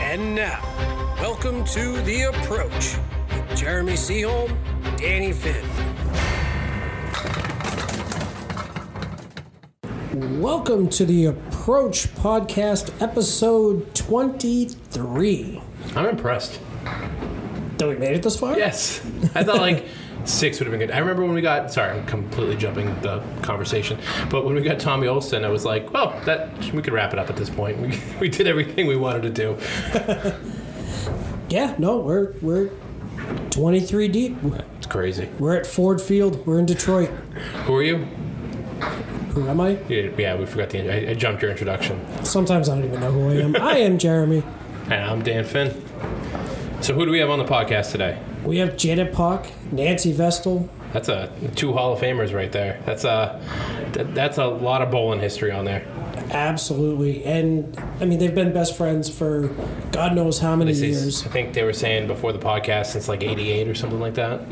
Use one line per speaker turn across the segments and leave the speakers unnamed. And now, welcome to The Approach with Jeremy Seaholm, Danny Finn. Welcome to The Approach Podcast, episode 23.
I'm impressed.
That we made it this far?
Yes. I thought like six would have been good. I remember when we got, sorry, I'm completely jumping the conversation, but when we got Tommy Olsen, I was like, well, that we could wrap it up at this point. We, we did everything we wanted to do.
Yeah, no, we're, we're 23 deep.
It's crazy.
We're at Ford Field. We're in Detroit.
Who are you?
Who am I?
Yeah, yeah, we forgot the, I, I jumped your introduction.
Sometimes I don't even know who I am. I am Jeremy.
And I'm Dan Finn. So who do we have on the podcast today?
We have Janet Pock, Nancy Vestal.
That's a two Hall of Famers right there. That's a th- that's a lot of bowling history on there.
Absolutely. And I mean, they've been best friends for God knows how many
This is-
years.
I think they were saying before the podcast since like '88 or something like that.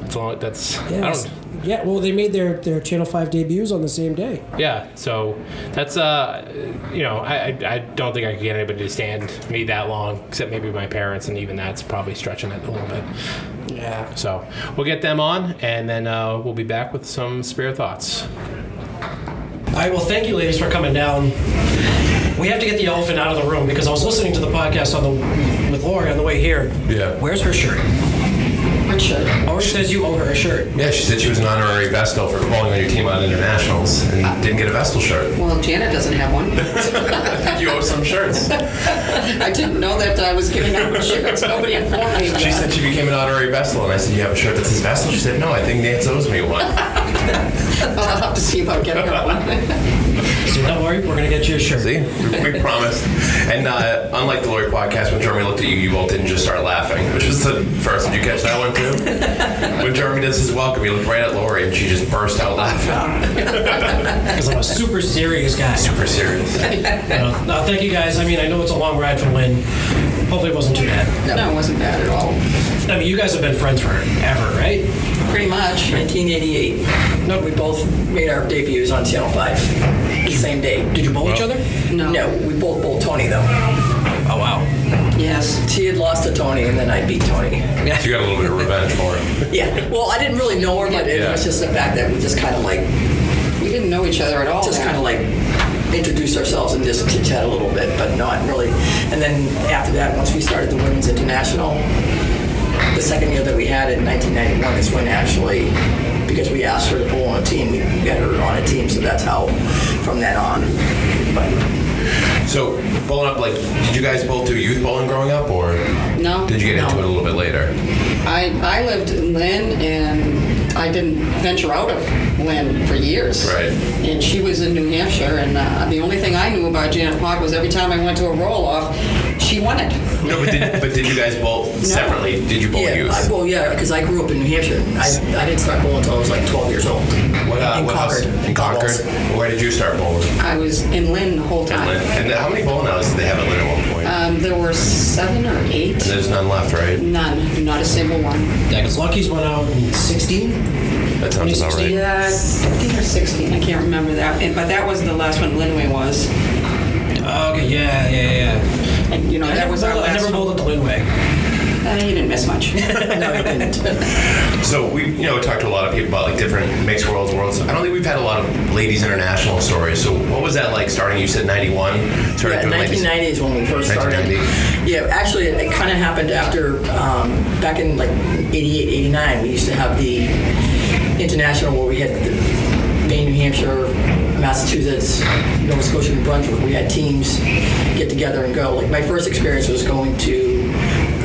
That's a long. That's
Yes.
I don't.
Yeah, well, they made their, their Channel 5 debuts on the same day.
Yeah. So that's uh, you know, I I I don't think I could get anybody to stand me that long, except maybe my parents, and even that's probably stretching it a little bit.
Yeah.
So we'll get them on, and then uh, we'll be back with some spare thoughts.
All right, well, thank you, ladies, for coming down. We have to get the elephant out of the room because I was listening to the podcast on the with Lori on the way here.
Yeah.
Where's her shirt? Which shirt? Lori says you owe her a shirt.
Yeah, she said she was an honorary Vestal for calling on your team on internationals and didn't get a Vestal shirt.
Well, Janet doesn't have one.
You owe some shirts.
I didn't know that I was giving out shirts. Nobody informed me.
She said she became an honorary Vestal, and I said, "You have a shirt that says Vestal." She said, "No, I think Nance owes me one."
I'll have to see about getting her one.
So don't worry, we're gonna get you a shirt.
See, we we promised. And uh, unlike the Lori podcast, when Jeremy looked at you, you both didn't just start laughing, which was the first. Did you catch that one too? When Jeremy does his welcome, he looked right at Lori, and she just burst out laughing.
Because I'm a super serious guy.
Super serious.
Uh, no, thank you guys. I mean, I know it's a long ride from Lynn. Hopefully, it wasn't too bad.
No, it wasn't bad at all.
I mean, you guys have been friends forever, right?
Pretty much.
1988.
No.
We both made our debuts on Channel 5 the same day.
Did you bowl each other?
No.
No, we both bowled Tony though.
Oh wow.
Yes.
She had lost to Tony and then I beat Tony.
So you got a little bit of revenge for him.
Yeah, well, I didn't really know her, but it
Yeah.
was just the fact that we just kind of like,
We didn't know each other at
Oh,
all.
just kind of like introduced ourselves and just chit chat a little bit, but not really. And then after that, once we started the Women's International, the second year that we had it in 1991 is when actually, because we asked her to bowl on a team, we got her on a team, so that's how, from then on. But
So bowling up, like, did you guys both do youth bowling growing up, or
No.
did you get into
No.
it a little bit later?
I, I lived in Lynn and I didn't venture out of Lynn for years.
Right.
And she was in New Hampshire, and uh, the only thing I knew about Janet Pock was every time I went to a roll off, she won it.
No, but did, but did you guys bowl separately? Did you bowl
yeah,
youth?
I, well, yeah, because I grew up in New Hampshire. I, I didn't start bowling until I was like 12 years old.
what, uh,
in
what house-
Concord.
In Concord. Where did you start bowling?
I was in Lynn the whole
In
time.
Lynn. And then how many bowling alleys did they have in Lynn at one point?
Uh,
Um, there were seven or eight.
There's none left, right?
None, not a single one.
Yeah, because Lucky's went out in 16.
That sounds about right.
Yeah, I think or 16. I can't remember that. And, but that was the last one Linway was.
Oh, Okay. Yeah. Yeah. Yeah.
And, you know,
I
that
never
was our
bowled- I
last.
never bowled at the Linway.
uh, he didn't miss much.
No, I didn't.
So we, you know, we talked to a lot of people about like different mixed worlds, worlds. I don't think we've had a lot of ladies international stories. So what was that like? Starting, you said '91. Started
Yeah,
doing ladies.
1990 is when we first started.
1990.
Yeah, actually, it, it kind of happened after um, back in like 88, 89. We used to have the international where we had the Maine, New Hampshire, Massachusetts, Nova Scotia, New Brunswick. We had teams get together and go. Like my first experience was going to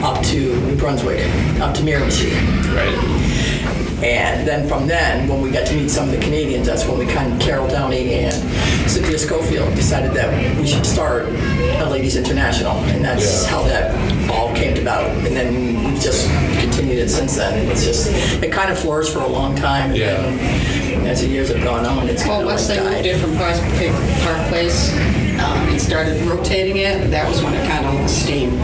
up to New Brunswick, up to Miramichi.
Right.
And then from then, when we got to meet some of the Canadians, that's when we kind of Carol Downey and Cynthia Schofield decided that we should start a Ladies International, and that's
Yeah.
how that all came about. And then we've just continued it since then. And it's just it kind of flourished for a long time, and
Yeah.
then as the years have gone on, it's
well,
kind
once
of like
they moved
died.
it from Park, Park Place um, and started rotating it, that was when it kind of lost steam.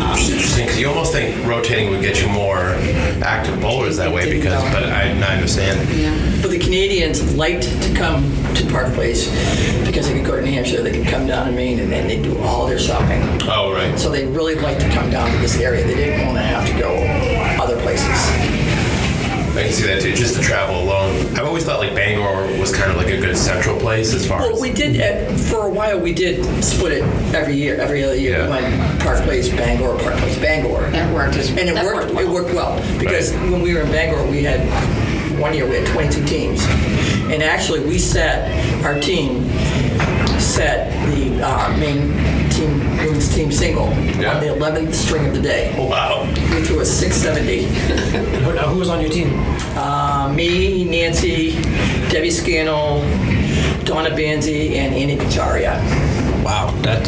Um,
It's interesting 'cause you almost think rotating would get you more active bowlers that way because, but I, I understand.
Yeah.
But the Canadians liked to come to Park Place because they could go to New Hampshire, they could come down to Maine, and then they do all their shopping.
Oh, right.
So they really liked to come down to this area. They didn't want to have to go other places.
I can see that too, just the travel alone. I've always thought like Bangor was kind of like a good central place as far
Well,
as.
we did uh, for a while. We did split it every year, every other year.
Yeah.
We went Park Place, Bangor, Park Place, Bangor,
That worked as-
and it
that worked
worked.
well.
It worked well because
Right.
when we were in Bangor, we had one year we had 22 teams, and actually we set our team set the uh, main team women's team single
Yeah.
on the 11th string of the day.
Wow.
We threw a 670.
Who, who was on your team?
Uh, me, Nancy, Debbie Scannell, Donna Banzi, and Annie Picharia.
Wow, that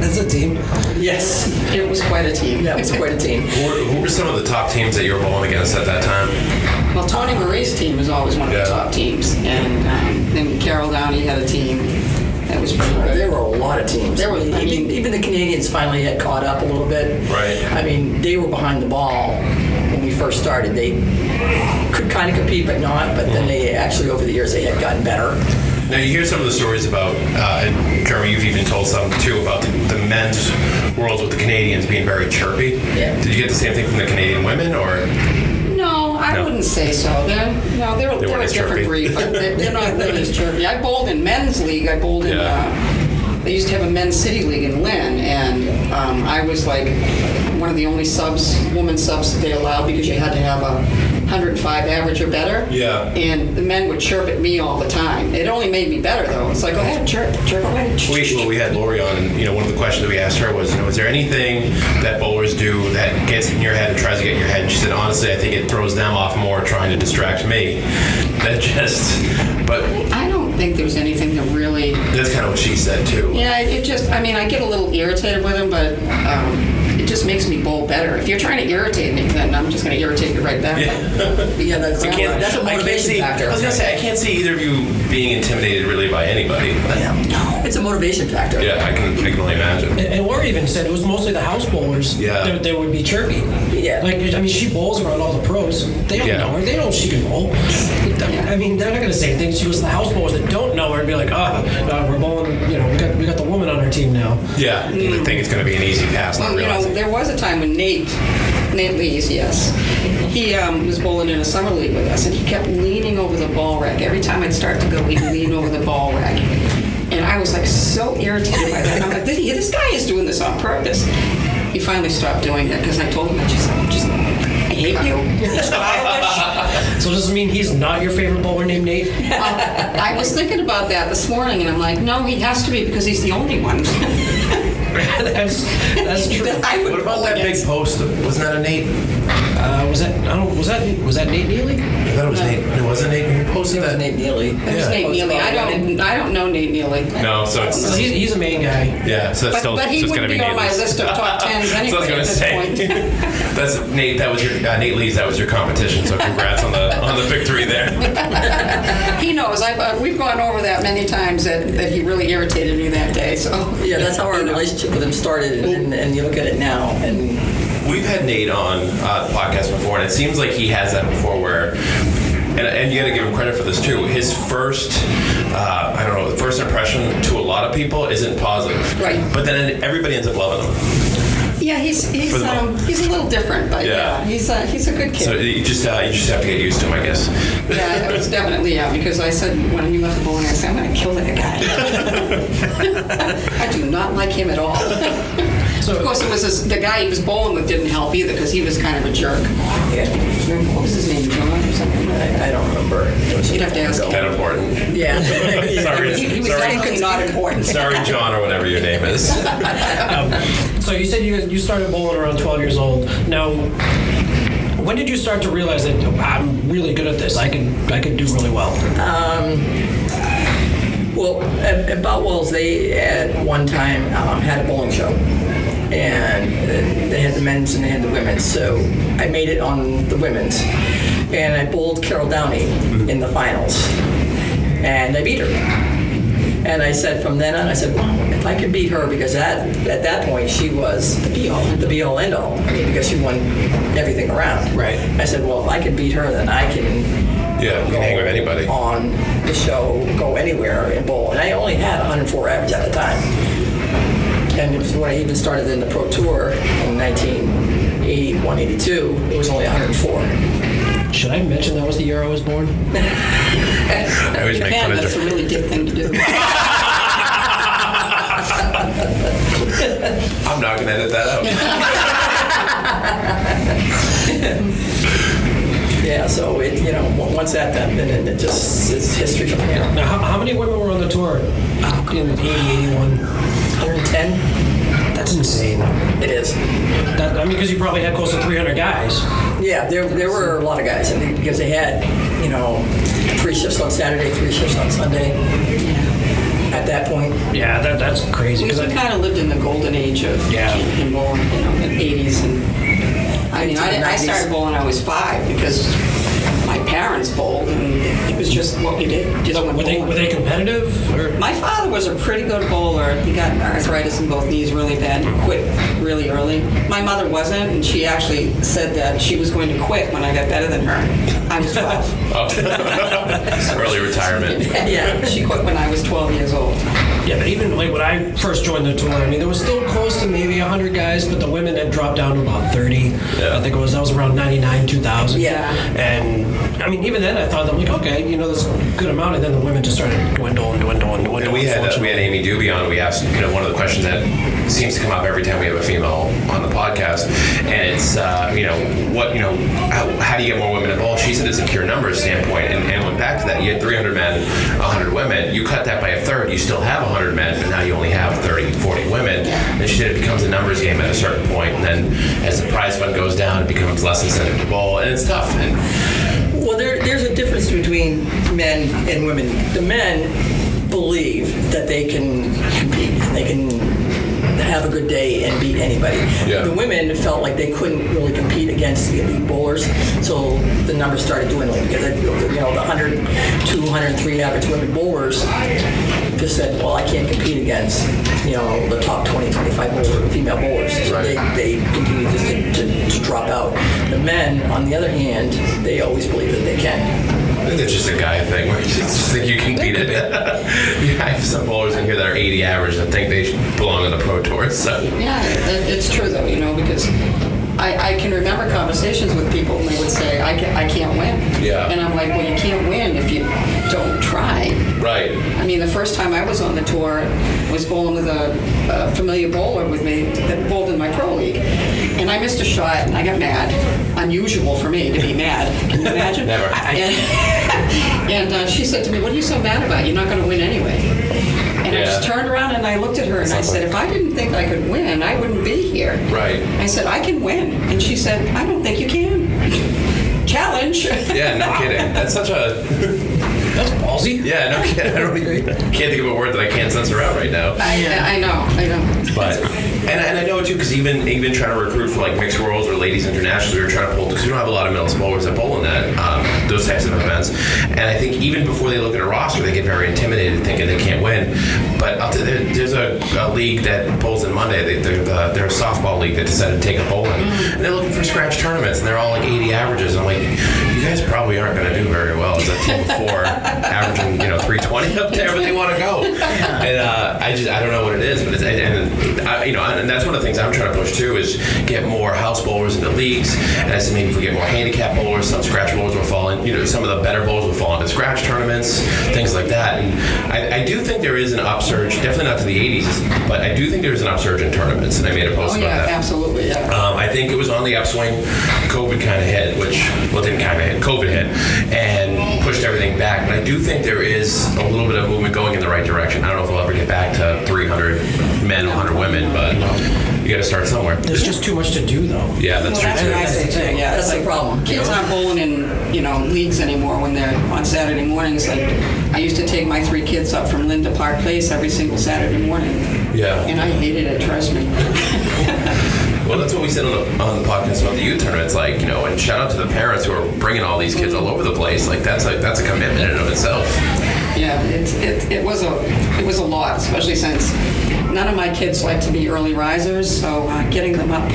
that's a team.
Yes,
It was quite a team.
yeah, it was quite a team.
Who were, who were some of the top teams that you were bowling against at that time?
Well, Tony Marie's team was always one of
Yeah.
the top teams, and um, then Carol Downey had a team that was pretty
There
good.
were a lot of teams.
There were- I
even,
mean-
even the Canadians finally had caught up a little bit.
Right.
I mean, they were behind the ball when we first started. They could kind of compete, but not. But then they actually, over the years, they had gotten better.
Now you hear some of the stories about, uh, and Jeremy, you've even told some too about the, the men's worlds with the Canadians being very chirpy.
Yeah.
Did you get the same thing from the Canadian women, or
No, I
No.
wouldn't say so. They're, no, they're,
They
they're
weren't
a
as chirpy.
different breed, but they're, they're not really as chirpy. I bowled in men's league. I bowled in.
Yeah.
Uh, they used to have a men's city league in Lynn, and um, I was like one of the only subs, woman subs that they allowed because you had to have a 105 average or better.
Yeah.
And the men would chirp at me all the time. It only made me better though. It's like, go ahead, chirp, chirp away.
we, well, we had Lori on, and you know, one of the questions that we asked her was, you know, is there anything that bowlers do that gets in your head and tries to get in your head? And she said, honestly, I think it throws them off more trying to distract me. That just, but
I don't think there's anything that really
that's kind of what she said too.
Yeah, it it just, I mean, I get a little irritated with them, but um, it just makes me bowl better. If you're trying to irritate me, then I'm just going to irritate you right back.
Yeah, that's,
I can't-
that's a
I can't
motivation
see.
factor.
I was gonna say I can't see either of you being intimidated really by anybody.
Yeah, no, it's a motivation factor.
Yeah, I can, I can only imagine.
And, and Laura even said it was mostly the house bowlers.
Yeah.
that, that would be chirpy.
Yeah.
like I mean, she bowls around all the pros. They don't
Yeah.
know her. They know she can bowl. I mean, they're not gonna say things. She was the house bowlers that don't know her and be like, ah, uh, we're bowling. You know, we got we got the woman on our team now.
Yeah, they think it's going to be an easy pass. Not
Well, Um, you know,
realizing.
there was a time when Nate, Nate Lees, yes, he um, was bowling in a summer league with us, and he kept leaning over the ball rack. Every time I'd start to go, he'd lean over the ball rack. And I was like so irritated by that. I'm like, this, this guy is doing this on purpose. He finally stopped doing it because I told him, I just, I just, I hate you. It's childish.
So does this mean he's not your favorite bowler named Nate?
Um, I was thinking about that this morning, and I'm like, no, he has to be because he's the only one.
that's that's true.
That I would
what about
roll
that
against.
big post? Wasn't that a Nate?
Uh, was that I don't was that was that Nate Neely?
I thought it was Nate. It wasn't Nate who posted that.
Nate Neely.
It was Nate Neely. I don't. I don't know Nate Neely.
No, so
I
it's
don't know.
He's, he's a main guy.
yeah, so it's
But,
still
but he
so it's
wouldn't
going to
be,
be
on my
Nate.
list of top tens anyway
so I was
at
gonna
this
say
point.
that's Nate. That was your uh, Nate Lees. That was your competition. So congrats on the on the victory there.
He knows. I, uh, we've gone over that many times that, that he really irritated me that day. So
Yeah, that's how our relationship with him started, and, and you look at it now, and
We've had Nate on uh, the podcast before, and it seems like he has that before where. And, and you got to give him credit for this too. His first, uh, I don't know, the first impression to a lot of people isn't positive.
Right.
But then everybody ends up loving him.
yeah, he's
For
he's
the
um,
moment.
he's a little different, but
Yeah.
yeah, he's a, he's a good kid.
So you just uh, you just have to get used to him, I guess.
yeah, it was definitely yeah because I said when he left the bowling, I said I'm going to kill that guy. I do not like him at all.
So
Of course, it was this, the guy he was bowling with didn't help either because he was kind of a jerk.
yeah,
What was his name, John or something?
I, I don't remember. It was-
You'd have to ask him.
That important.
Yeah.
Sorry,
He, he was
sorry,
definitely not important.
sorry, John, or whatever your name is.
So you said you you started bowling around 12 years old. Now, when did you start to realize that oh, I'm really good at this? I can I can do really well.
Well, at, at Boutwell's, they at one time um, had a bowling show, and uh, they had the men's and they had the women's. So I made it on the women's,
Mm-hmm.
and I bowled Carol Downey in the finals, and I beat her. And I said, from then on, I said, well, if I could beat her, because that at that point she was the be all, the be all end all. I mean, because she won everything around.
Right.
I said, well, if I could beat her, then I can
Yeah, you can hang with anybody.
on the show, go anywhere and bowl. And I only had 104 average at the time. And it was when I even started in the Pro Tour in 1981, 82, it was only 104.
Should I mention that was the year I was born?
I always make
Man,
fun of
that's a
Jer-
really dick thing to do. Well,
I'm not going to edit that out.
Yeah, so it, you know, o- once that happened, then it just, it's history from here.
Now, how, how many women were on the tour in 80, 81?
110,
That's insane.
it is.
That, I mean, because you probably had close to 300 guys.
Yeah, there, there were a lot of guys, I think, because they had, you know, three shifts on Saturday, three shifts on Sunday at that point.
Yeah, that, that's crazy.
Because
Because
we kind of lived in the golden age of
Yeah.
and bowling, you know, the 80s and I mean, I, I started bowling when I was five because my parents bowled and it was just what we did. Just went
were they
bowling.
were they competitive? Or?
My father was a pretty good bowler. He got arthritis in both knees really bad and quit really early. My mother wasn't, and she actually said that she was going to quit when I got better than her. I was 12.
Oh. Early retirement.
Yeah.
she quit when I was 12 years old.
Yeah, but even like when I first joined the tour, I mean, there was still close to maybe 100 guys, but the women had dropped down to about 30. I think it was that was around 99, 2000.
Yeah.
And I mean, even then, I thought I'm like, okay, you know, there's a good amount, and then the women just started dwindle and dwindle and dwindle.
And we had uh, we had Amy Doobie on. We asked you know one of the questions that seems to come up every time we have a female on the podcast, and it's uh, you know what you know how, how do you get more women involved? She said it's a pure numbers standpoint, and, and went back to that. You had 300 men, 100 women. You cut that by a third, you still have 100 men, but now you only have 30, 40 women. And she said it becomes a numbers game at a certain point, and then as the prize fund goes down, it becomes less incentive to bowl, and it's tough. And
Well, there, there's a difference between men and women. The men believe that they can compete and they can have a good day and beat anybody.
Yeah.
The women felt like they couldn't really compete against the elite bowlers, so the numbers started dwindling because they, you know the 100, 200, 300 average women bowlers just said, well, I can't compete against you know the top 20, 25 bowler, female bowlers. So
Right.
they, they continue just to, to, to drop out. The men, on the other hand, they always believe that they can.
I think that's just a guy thing where you just think you can beat it. yeah, I have some bowlers in here that are 80 average and think they should belong on the pro tour. So
Yeah, it, it's true though, you know, because I, I can remember conversations with people and they would say, I, can, I can't win.
Yeah.
And I'm like, well, you can't win if you don't try.
right,
I mean, the first time I was on the tour I was bowling with a, a familiar bowler with me that bowled in my pro league, and I missed a shot and I got mad. Unusual for me to be mad. Can you imagine?
Never.
And, and uh, she said to me, "What are you so mad about? You're not going to win anyway." And I
Yeah.
just turned around and I looked at her and I said, "If I didn't think I could win, I wouldn't be here."
right.
I said, "I can win," and she said, "I don't think you can." Challenge.
Yeah, no kidding. That's such a
that's ballsy.
yeah, no kidding. I don't agree. Can't think of a word that I can't censor out right now.
I, I know. I know.
But and, I- and I know it too because even even trying to recruit for like mixed worlds or ladies internationals, we were trying to pull because we don't have a lot of male bowlers that bowl in that um, those types of events. And I think even before they look at a roster, they get very intimidated thinking they can't win. But up to the, there's a, a league that bowls in Monday. They, they're, the, they're a softball league that decided to take up bowling, and they're looking for scratch tournaments, and they're all like 80 averages. And I'm like, you guys probably aren't going to do very well as a team before averaging you know 320 up there, but they want to go. And uh, I just I don't know what it is, but it's and, and I, you know and that's one of the things I'm trying to push too is get more house bowlers into leagues. And I said maybe if we get more handicap bowlers, some scratch bowlers will fall in. You know some of the better bowlers will fall into scratch tournaments, things like that. And I, I do think there is an upsurge, definitely not to the 80s, but I do think there is an upsurge in tournaments. And I made a post
Oh
about
yeah,
that.
absolutely. Yeah.
Um, I think it was on the upswing. COVID kind of hit, which well didn't kind of hit. COVID hit and pushed everything back. But I do think there is a little bit of movement going in the right direction. I don't know if we'll ever get back to 300 men, 100 women, but you got to start somewhere.
There's just too much to do, though.
Yeah, that's
Well, that's
true
what
too.
I say too. Yeah,
That's
it's
the
like
problem.
Kids aren't bowling in you know leagues anymore when they're on Saturday mornings. Like I used to take my three kids up from Linda Park Place every single Saturday morning,
Yeah.
and I hated it. Trust me.
Well, that's what we said on the, on the podcast about the youth tournament. It's like you know, and shout out to the parents who are bringing all these kids all over the place. Like that's like that's a commitment in and of itself.
Yeah, it, it, it was a it was a lot, especially since none of my kids like to be early risers, so uh, getting them up.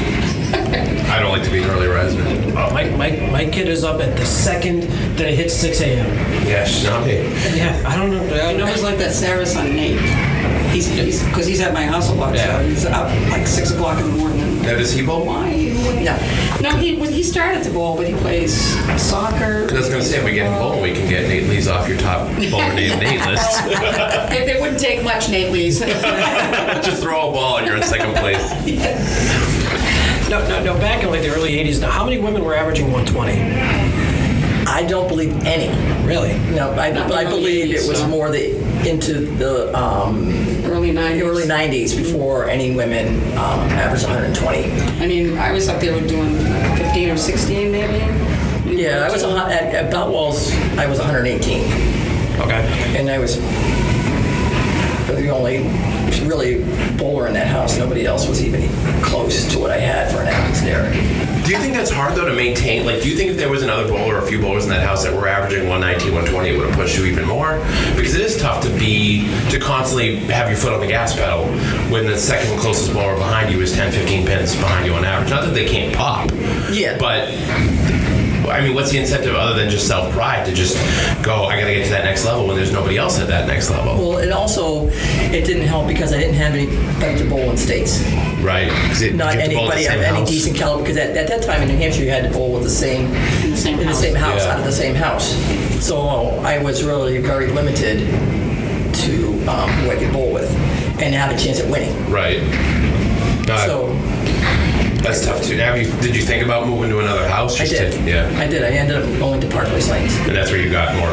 I don't like to be an early riser.
Oh, my, my, my kid is up at the second that it hits 6 a.m.
Yeah, she's not me.
Yeah, I don't know. I
You know, it's like that Sarah son Nate. He's he's because he's at my house a lot,
Yeah.
so he's up like six o'clock in the morning.
Now, does he bowl?
Why? No, no. He when he started to bowl, but he plays soccer.
I was going to say, if we get him bowling, we can get Nate Lee's off your top bowler name Nate list.
It, it wouldn't take much, Nate Lee's.
Just throw a ball and you're in second place.
No, no, no. Back in like the early 80s, now how many women were averaging 120?
I don't believe any.
Really?
No, I, but I believe it was more the into the um,
Early nineties.
early 90s before any women um, averaged 120.
I mean, I was up there doing fifteen or sixteen, maybe.
Yeah, I was a, hun- at, at Beltwell's. I was 118,
Okay.
and I was the only really bowler in that house. Nobody else was even close to what I had for an average there.
Do you think that's hard, though, to maintain? Like, do you think if there was another bowler or a few bowlers in that house that were averaging 119, 120, it would have pushed you even more? Because it is tough to be, to constantly have your foot on the gas pedal when the second closest bowler behind you is 10, 15 pins behind you on average. Not that they can't pop.
Yeah.
But I mean, what's the incentive other than just self pride to just go? I gotta get to that next level when there's nobody else at that next level,
Well, it also it didn't help because I didn't have anybody to bowl in states.
right? 'Cause it-
not
you have to bowl at the
anybody of
same
any
house.
decent caliber because at, at that time in New Hampshire you had to bowl with the same in
the same house.
house,
Yeah.
out of the same house. So I was really very limited to um, who I could bowl with and have a chance at winning.
Right. No,
so
that's tough too. Now, have you, did you think about moving to another house?
I
Just
did.
to- yeah.
I did. I ended up going to Park Place Lanes.
And that's where you got more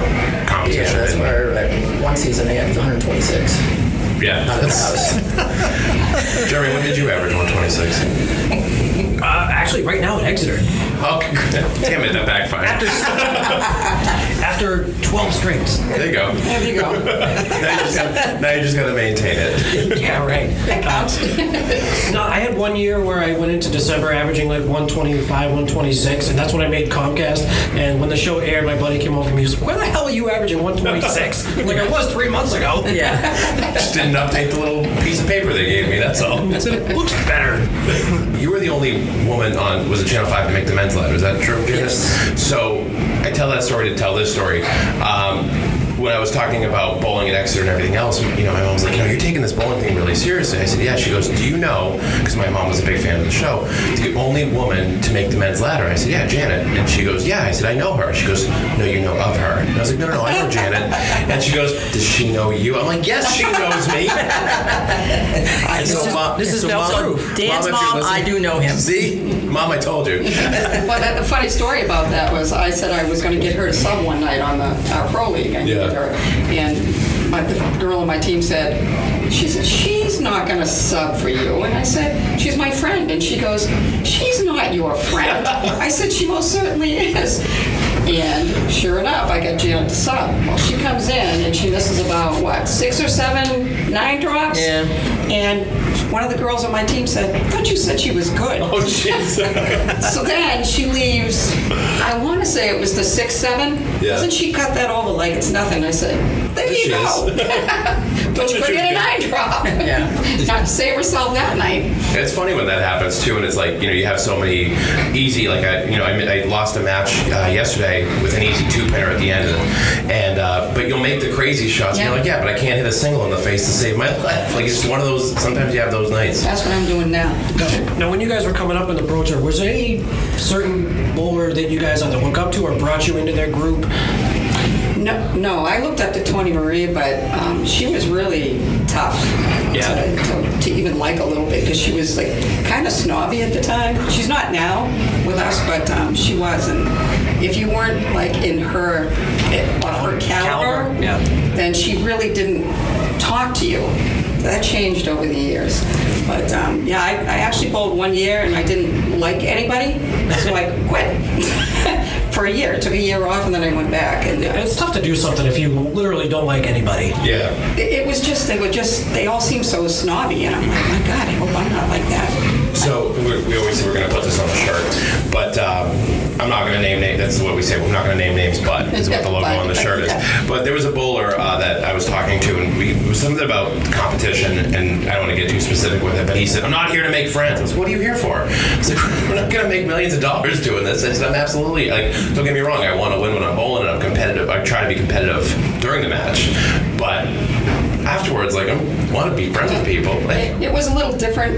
competition.
Yeah, that's
in.
where like, one season I had 126
Yeah.
out of the
That's-
house.
Jeremy, when did you average 126?
Uh, actually, right now at Exeter,
Oh, damn it, that backfired.
after 12 strings.
There you go.
There you go.
Now you just gotta, now you just gotta maintain it.
Yeah, right. Uh, no, I had one year where I went into December averaging like 125, 126, and that's when I made Comcast. And when the show aired, my buddy came over to me. He was like, "Where the hell are you averaging 126? like I was three months ago."
Yeah.
Just didn't update the little piece of paper they gave me. That's all.
I said, "It looks better."
You were the only woman on was it Channel Five to make the men's ladder? Is that true? Janice? So I tell that story to tell this story. Um, when I was talking about bowling and Exeter and everything else, you know, my mom was like, "You know, you're taking this bowling thing really seriously." I said, "Yeah." She goes, "Do you know?" Because my mom was a big fan of the show. The only woman to make the men's ladder. I said, "Yeah, Janet." And she goes, "Yeah." I said, "I know her." She goes, "No, you know of her." And I was like, "No, no, no, I know Janet." And she goes, "Does she know you?" I'm like, "Yes, she knows me." I
This
know,
is-
Mom-
this is
so
now
Mom-
proof.
Dan's
if you're
mom, I
listening-
do know him.
See, mom, I told you.
Well, that, the funny story about that was I said I was going to get her to sub one night on the uh, pro league. I needed
Yeah.
her, and my, the girl on my team said, she said she's not going to sub for you. And I said she's my friend, and she goes, she's not your friend. I said she most certainly is. And sure enough, I got Janet to sub. Well, she comes in and she misses about what six or seven, nine drops.
Yeah.
And one of the girls on my team said, I "Thought you said she was good."
Oh, jeez.
So then she leaves. I want to say it was the six seven.
Yeah.
Doesn't she cut that over like it's nothing? I said, there you
she
go. but you
you
could get
do.
an eye drop.
Yeah.
Not to save herself that night.
it's funny when that happens too, and it's like you know you have so many easy like I you know I, I lost a match uh, yesterday with an easy two pinner at the end, of it. and uh, but you'll make the crazy shots. And
Yeah.
you're like, yeah, but I can't hit a single in the face to save my life. Like it's one of those. Sometimes you have those nights.
That's what I'm doing now.
Now, when you guys were coming up in the pro tour, was there any certain bowler that you guys either look up to or brought you into their group?
No, no. I looked up to Tony Marie, but um, she was really tough
Yeah.
to, to, to even like a little bit because she was like kind of snobby at the time. She's not now with us, but um, she was. And if you weren't like in her eh, of her caliber,
Caliber, yeah.
then she really didn't talk to you. That changed over the years. But um, yeah, I, I actually bowled one year and I didn't like anybody, so I quit for a year. Took a year off and then I went back. And uh,
It's tough to do something if you literally don't like anybody.
Yeah.
it, it was just they were just they all seemed so snobby, and I'm like, my God, I hope I'm not like that.
So we, we always say we're going to put this on a shirt, but um, I'm not going to name names. That's what we say. We're not going to name names, but is what the logo
But,
on the shirt is.
yeah.
But there was a bowler uh, that I was talking to, and we it was something about competition, and I don't want to get too specific with it, but he said, "I'm not here to make friends." I was, "What are you here for?" I was like, "We're not going to make millions of dollars doing this." I said, "I'm absolutely like, don't get me wrong. I want to win when I'm bowling, and I'm competitive. I try to be competitive during the match, but afterwards, like, I want to be friends with people." Like,
It, it was a little different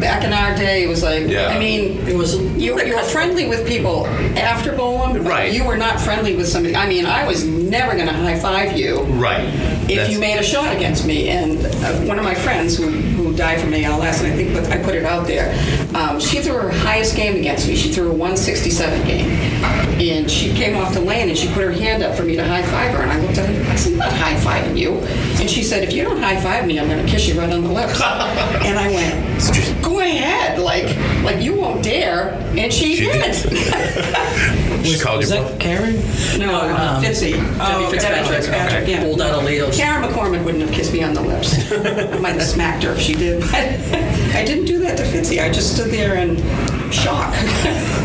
back in our day. It was like,
Yeah.
I mean,
It was
you, you were friendly with people after bowling, but
Right.
you were not friendly with somebody. I mean, I was never going to high five you
right.
if
That's-
you made a shot against me. And uh, one of my friends who, who died from ALS, and I think but I put it out there, um, she threw her highest game against me. She threw a 167 game. And she came off the lane and she put her hand up for me to high five her. And I looked at her I said, I'm not high fiving you. And she said, If you don't high five me, I'm going to kiss you right on the lips. and I went, Go ahead. Like, like you won't dare. And she,
She did.
did.
she called you.
Is that Karen?
no, um, Fitzy.
oh,
Debbie Fitzpatrick.
Patrick,
yeah.
pulled out a ladle.
Karen McCormick wouldn't have kissed me on the lips. I might have smacked her if she did. I didn't do that to Fitzy. I just stood there in shock.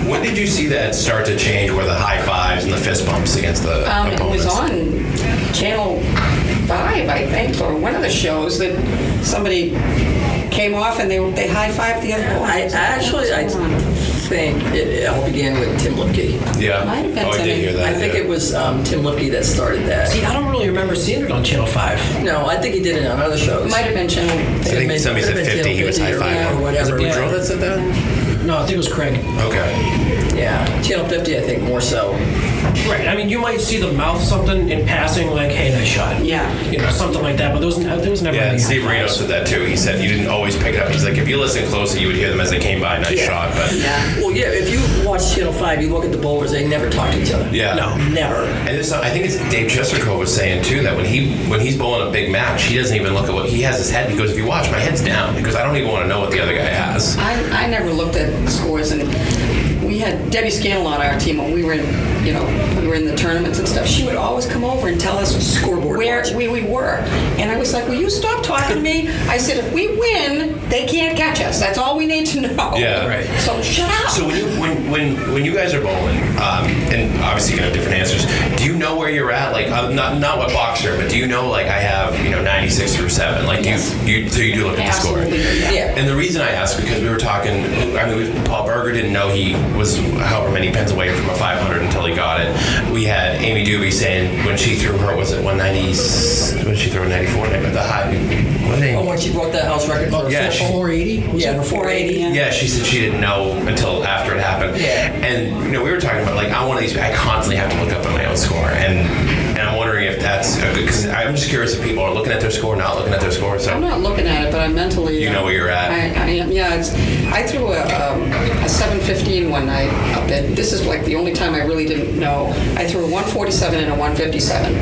When did you see that start to change where the high fives and the fist bumps against the
Um, it
opponents?
was on Channel 5, I think, or one of the shows that somebody came off and they, they high fived the other bowler.
I actually, I think it all began with Tim Lipke.
Yeah.
Might have been
oh, I did
something-
hear that.
I think
yeah.
it was um, Tim Lipke that started that.
See, I don't really remember seeing it on Channel 5.
No, I think he did it on other shows.
might have been Channel
I think
Could've
somebody
been-
said
could've
50.
been
He was high
Channel 50
fiving.
or whatever.
Was it Boudreaux
Yeah.
that said that?
No, I think it was Craig.
Okay.
yeah, Channel 50, I think more so.
Right. I mean, you might see the mouth something in passing, like, hey, nice shot.
Yeah.
You know, something like that, but there was, there was never
Yeah,
any
and Steve
high
Marino
fives.
said that too. He said you didn't always pick it up. He's like, if you listen closely, you would hear them as they came by. Nice shot, but
Well, yeah, if you watch Channel 5, you look at the bowlers, they never talk to each other.
yeah,
No.
Never.
And this, I think it's Dave Chesterco was saying too that when he when he's bowling a big match, he doesn't even look at what he has his head. He goes, if you watch, my head's down because I don't even want to know what the other guy has.
I, I never looked at scores, and we had Debbie Scannell on our team when we were in, you know, we were in the tournaments and stuff. She would always come over and tell us
Scoreboard
where
watch.
we, we were, and I was like, "Will you stop talking to me?" I said, "If we win, they can't catch us. That's all we need to know."
Yeah. Right.
So shut up.
So when you when when, when you guys are bowling, um, and obviously you can have different answers. Do you know where you're at? Like uh, not not what boxer, but do you know like I have you know 96 through seven? Like do
Yes.
you you so you do look at
Absolutely.
the score.
Yeah.
Yeah.
And the reason I asked because we were talking. I mean, we, Paul Berger didn't know he was however many pins away from a 500 until he got it. We had Amy Doobie saying when she threw her was it 190? When she threw a 94 at the high. What did Amy?
Oh, when she broke that house record for
Yeah, she-
480? Was yeah, 480.
Yeah.
Yeah, she said she didn't know until after it happened.
Yeah.
And you know, we were talking about like I'm one of these. I constantly have to look up at my own score, and and I'm wondering if that's because I'm just curious if people are looking at their score, not looking at their score. So
I'm not looking at it, but I'm mentally.
You know where you're at.
I, I am. Yeah, it's. I threw a, um, a 715 one night up at. This is like the only time I really didn't know. I threw a 147 and a 157,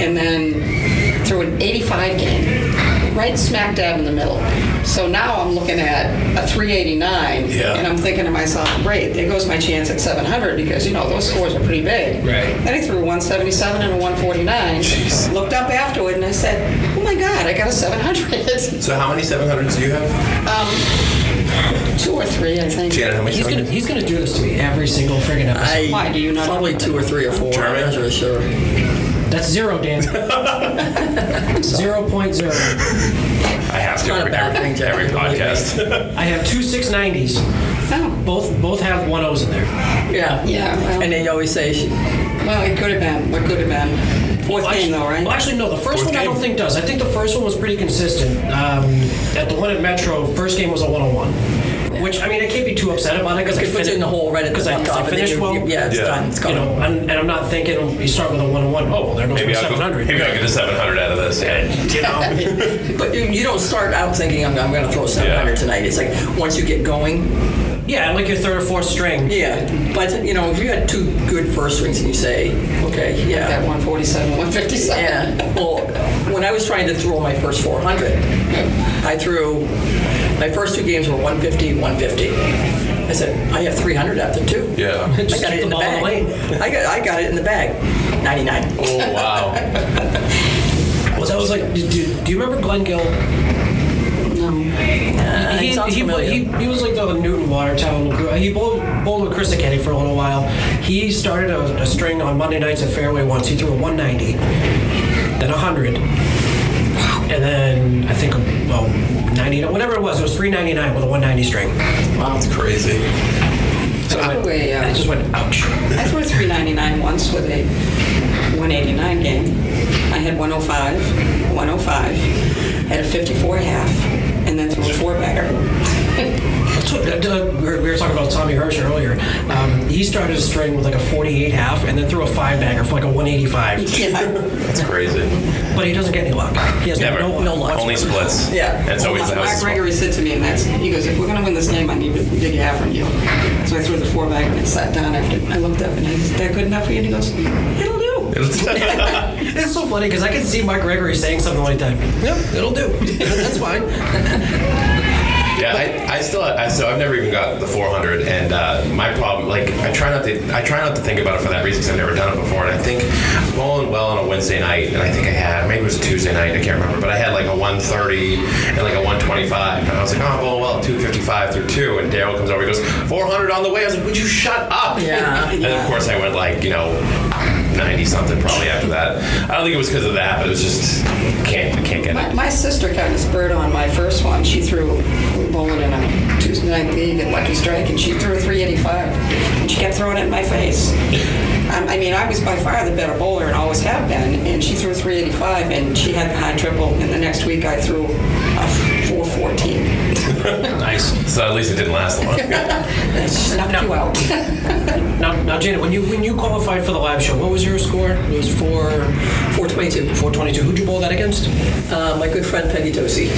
and then threw an 85 game, right smack dab in the middle. So now I'm looking at a 389,
Yeah.
and I'm thinking to myself, great, there goes my chance at 700 because you know those scores are pretty big.
Right.
Then I threw a 177 and a 149.
Jeez.
Looked up afterward and I said, oh my God, I got a 700.
so how many 700s do you have,
Two or three, I think.
Janet? How many?
He's gonna,
700s?
he's gonna do this to me every single friggin' episode.
I,
Why do you not-
Probably two or three or four.
Jeremy?
I'm not really sure.
That's zero, Dan. Zero point zero.
I have to
Not a
every,
bad thing,
every,
Janet.
every podcast.
I have two six nineties.
Oh,
Both both have one O's in there.
Yeah.
Yeah, well-
and then you always say, she,
well, it could have been. What could have been? Fourth game, though, right?
Well, actually, no. The first
Fourth
one I don't
game.
think does. I think the first one was pretty consistent. Um, at the one at Metro, first game was a one on one, which I mean I can't be too upset about it because I
it puts
finished
you in the hole right at the
because I, 'cause I
top. and then
finished
you-
well.
you- Yeah, it's
Yeah.
done. It's
You
gone.
know, and, and I'm not thinking you start with a one on one. Oh, well, there goes my
Maybe I'll,
seven
go,
hundred.
maybe I'll get a 700 out of this. Yeah.
You know,
But you, you don't start out thinking, I'm, I'm going to throw 700
Yeah.
tonight. It's like once you get going,
yeah, like your third or fourth string.
yeah. But, you know, if you had two good first rings and you say, okay, yeah.
That 147, 157.
Yeah. Well, when I was trying to throw my first 400, I threw my first two games were 150, 150. I said I have 300 after two.
Yeah.
I
Just
got
keep
it in
the
the
ball in the
bag. I got I got it in the bag. 99.
Oh wow.
Well, that was like. Do, do you remember Glenn Gill?
No. No.
Uh,
he,
it sounds
he,
familiar.
he, he was like the Newton Watertown. crew. He bowled, bowled with Chris Kenny for a little while. He started a, a string on Monday nights at Fairway once. He threw a 190, then 100, and then I think, well, 90, whatever it was, it was 399 with a 190 string.
wow.
Crazy.
So I, went,
Wait,
I
uh,
just went, ouch.
I threw 399 once with a 189 game. I had 105, 105, had a 54 half, and then threw a four bagger.
That's what- uh, we were we were talking about Tommy Hirsch earlier. Um, he started a string with like a 48 half and then threw a five bagger for like a 185.
That's crazy.
But he doesn't get any luck. He has
Never.
no, no luck.
Only splits.
Yeah.
That's always the
Mark
house.
Gregory said to me, and that's he goes, if we're going to win this game, I need to dig it out from you. So I threw the four bagger and I sat down after. I looked up and he goes, that good enough for you? And he goes, it'll do.
It's so funny because I can see Mark Gregory saying something like that. Yep, it'll do. That's fine.
Yeah, I, I still I so I've never even got the 400, and uh, my problem like I try not to I try not to think about it for that reason because I've never done it before, and I think bowling well on a Wednesday night, and I think I had maybe it was a Tuesday night, I can't remember, but I had like a 130 and like a 125, and I was like, oh, I'm bowling well, 255 through two, and Daryl comes over, he goes 400 on the way. I was like, would you shut up?
Yeah.
And of course, I went like you know 90 something probably after that. I don't think it was because of that, but it was just can't can't get
My,
it.
my sister kind of spurred on my first one. She threw we were bowling in a Tuesday night league at Lucky Strike, and she threw a 385, and she kept throwing it in my face. Um, I mean, I was by far the better bowler and always have been, and she threw a 385, and she had the high triple. And the next week, I threw a 414.
Nice.
So at least it didn't last long.
Knocked you out.
Now, now, Janet, when you when you qualified for the live show, what was your score? It was four,
422.
422. Who'd you bowl that against?
Uh, my good friend Peggy Dosey.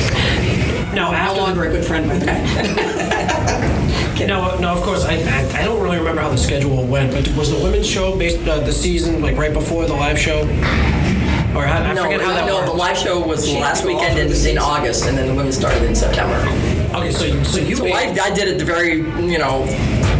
Now,
no
after,
longer a good friend, by the way.
now, now, of course, I, I I don't really remember how the schedule went, but was the women's show based uh, the season like right before the live show? Or how, I forget how that
no,
worked.
the live show was
She
last
had to go
weekend
off
in,
of the
in August, and then the women started in September.
okay, so so you
So
ba-
I, I did it the very, you know,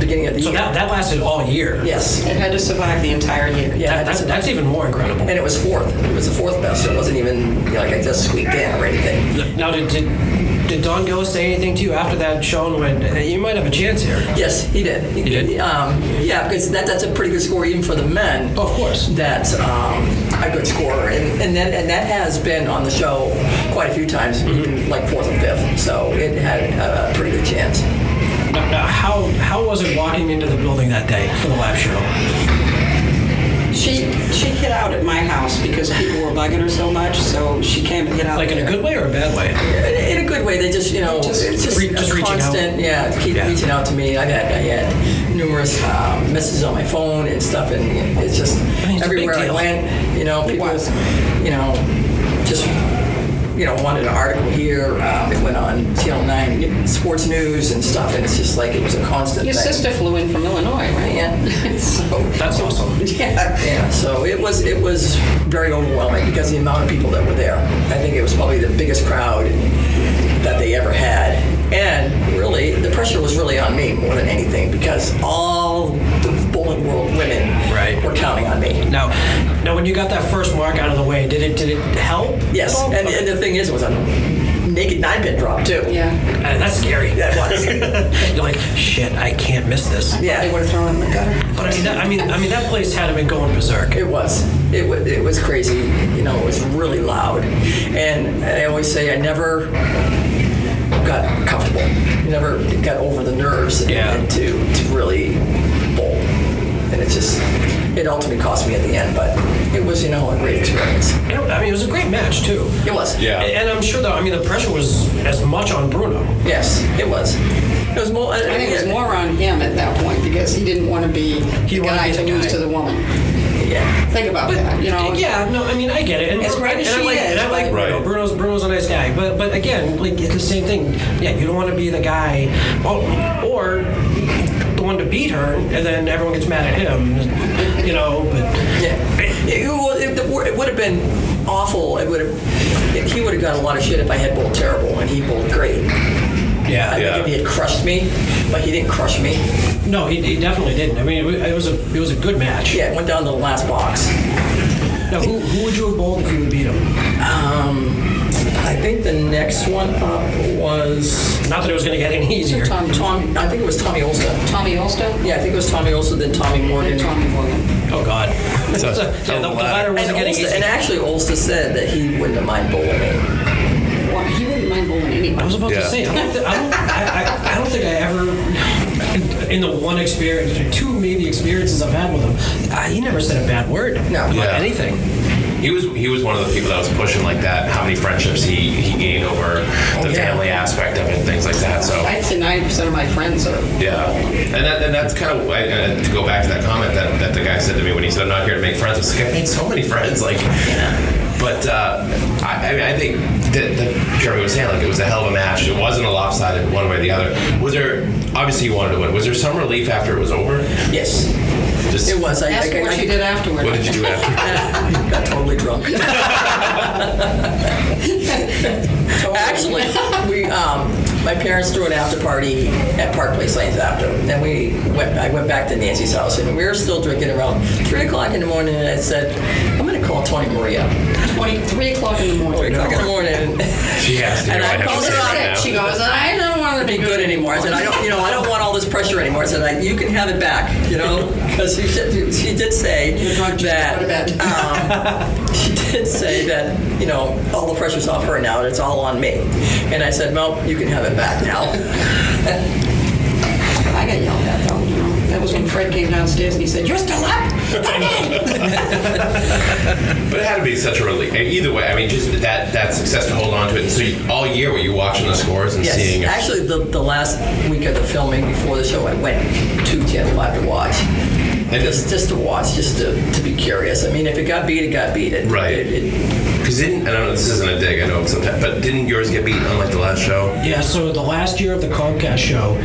beginning of the
so
year.
that, that lasted all year.
yes.
It had to survive the entire year.
Yeah,
That- that's, that's even more incredible.
and it was fourth. It was the fourth best. It wasn't even you know, like I just squeaked in or anything.
Now, did, did, did Don Gillis say anything to you after that show and went, "Hey, you might have a chance here?
Yes, he did. He,
did?
Um, yeah, because that, that's a pretty good score even for the men.
Of course.
That's um, a good score, and and that and that has been on the show quite a few times,
Mm-hmm.
like fourth and fifth. So it had a pretty good chance.
Now, now, how, how was it walking into the building that day for the live show?
She she hid out at my house because people were bugging her so much, so she came and hid out.
Like in
there.
a good way or a bad way?
In, in a good way, they just you know
Just-
it's just,
Re- just
a
reaching out.
constant, yeah, keep
Yeah.
reaching out to me. I had I had numerous uh, messages on my phone and stuff, and it's just
mean, it's a big
everywhere I
deal.
went, you know, people,
was.
you know, just you know wanted an article here. Um, it went on Channel Nine Sports News and stuff, and it's just like it was a constant.
Your
thing.
sister flew in from Illinois, right?
Yeah.
so,
That's awesome.
yeah.
Yeah, so it was it was very overwhelming because the amount of people that were there. I think it was probably the biggest crowd that they ever had, and really the pressure was really on me more than anything because all the bowling world women
Right.
were counting on me.
Now, now, when you got that first mark out of the way, did it did it help?
Yes,
Oh,
and, and the thing is, it was a naked nine pin drop too.
Yeah.
Uh, that's scary.
that was.
You're like, shit, I can't miss this.
They would
Yeah,
have thrown him in the gutter.
But I mean, that, I mean, I mean, that place had been going berserk.
it was. It was it was crazy. You know, it was really loud, and I always say I never got comfortable. You never got over the nerves and,
Yeah.
and to, to really bowl. And it just, it ultimately cost me at the end, but it was, you know, a great experience.
You know, I mean, it was a great match too.
It was.
Yeah.
And- And I'm sure that I mean, the pressure was as much on Bruno.
Yes, it was. It was more. uh,
I think it was more on him at that point because he didn't want to be the
wanted to
guy
be
to
the
lose
guy.
to the woman.
Yeah.
Think about that, you know?
Yeah, no, I mean, I get it. And
As
Bruno-
great as
and I
she
like,
is,
and I like
but-
Bruno.
Right.
Bruno's Bruno's a nice guy, but but again, like it's the same thing. Yeah, you don't want to be the guy, well, or the one to beat her, and then everyone gets mad at him. You know, but
Yeah. It, it, wa- it, the wor- it would have been awful. It would have. it- He would have got a lot of shit if I had bowled terrible and he bowled great.
yeah,
I
Yeah.
think if he had crushed me, but he didn't crush me.
no, he, he definitely didn't. I mean, it, wa- it was a it was a good match.
Yeah, it went down to the last box.
Now, who, who would you have bowled if you would beat him?
Um, I think the next one up was
Not that it was going to get any easier.
Tom,
Tom. I think it was Tommy Olsta.
Tommy Olsta?
Yeah, I think it was Tommy Olsta, then Tommy Morgan.
And Tommy Morgan.
Oh, God. So, yeah, the, the ladder
And,
wasn't getting
Olsta, and
easier.
actually, Olsta said that he wouldn't have mind bowling me.
Well, he wouldn't mind bowling
I
anybody.
was about to
Yeah.
say, I don't, thi- I, don't, I, I, I don't think I ever, in the one experience, two maybe experiences I've had with him, uh, he never said a bad word
No.
about
Yeah.
anything.
He was he was one of the people that was pushing like that. How many friendships he he gained over the
yeah.
family aspect of it, and things like that. So
I'd say 90% of my friends are.
yeah, and that, and that's kind of I, uh, to go back to that comment that, that the guy said to me when he said, "I'm not here to make friends." I was like, I made so many friends, like. But uh, I, I mean, I think that, that Jeremy was saying like it was a hell of a match. It wasn't a lopsided one way or the other. Was there obviously you wanted to win? Was there some relief after it was over?
Yes,
Just
it was. I,
Ask
I,
him
I,
what you did afterward.
What did you do after?
I got totally drunk. Actually, we um, my parents threw an after party at Park Place Lanes after, and we went. I went back to Nancy's house, and we were still drinking around three o'clock in the morning. And I said, "I'm going to call Tony Maria."
23 o'clock in the
Three
morning.
Oh,
o'clock in the morning.
Oh, she has to hear
And
what
I
I have
called
to
her
say
up.
right now.
She goes, I don't want to be
be good anymore. I said, I don't, you know, I don't want all this pressure anymore. I said, I, you can have it back, you know, because she, did- she did say
drunk, just
that.
go to bed.
Um, she did say that, you know, all the pressure's off her now, and it's all on me. And I said, well, you can have it back now.
I got yelled at though. You know, that was when Fred came downstairs and he said, "You're still up."
But it had to be such a relief. And Either way, I mean, just that that success to hold on to it. And so you, all year were you watching the scores and seeing?
Yes,
If,
actually, the, the last week of the filming before the show, I went to Channel Five to watch.
And-
just, just to watch, just to, to be curious. I mean, if it got beat, it got beat. It,
Right.
It, it,
Because didn't I don't know. This isn't a dig. I know sometimes, but didn't yours get beaten on like the last show?
Yeah, so the last year of the Comcast show,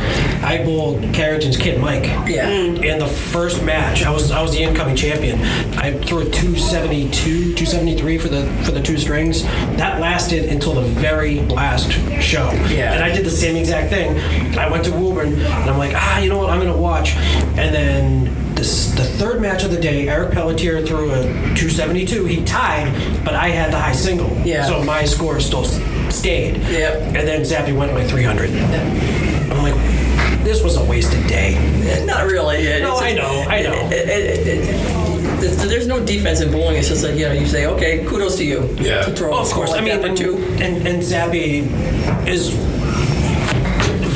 I bowled Carrington's kid Mike.
Yeah. Mm.
In the first match, I was I was the incoming champion. I threw a 272, 273 for the for the two strings. That lasted until the very last show.
Yeah.
And I did the same exact thing. I went to Woburn and I'm like, ah, you know what? I'm gonna watch. And then this, the third match of the day, Eric Pelletier threw a 272. He tied, but I had the high single.
Yeah.
So my score still s- stayed.
Yep.
And then Zappy went like 300. I'm like, this was a wasted day.
Not really. It-
No,
it's-
I know, I know.
it- it- it- it- There's no defense in bowling. It's just like you know, you say, okay, kudos to you.
Yeah.
To throw
Well,
a
of
score
course. I
like
mean,
that,
and,
but you-
and, and Zappy is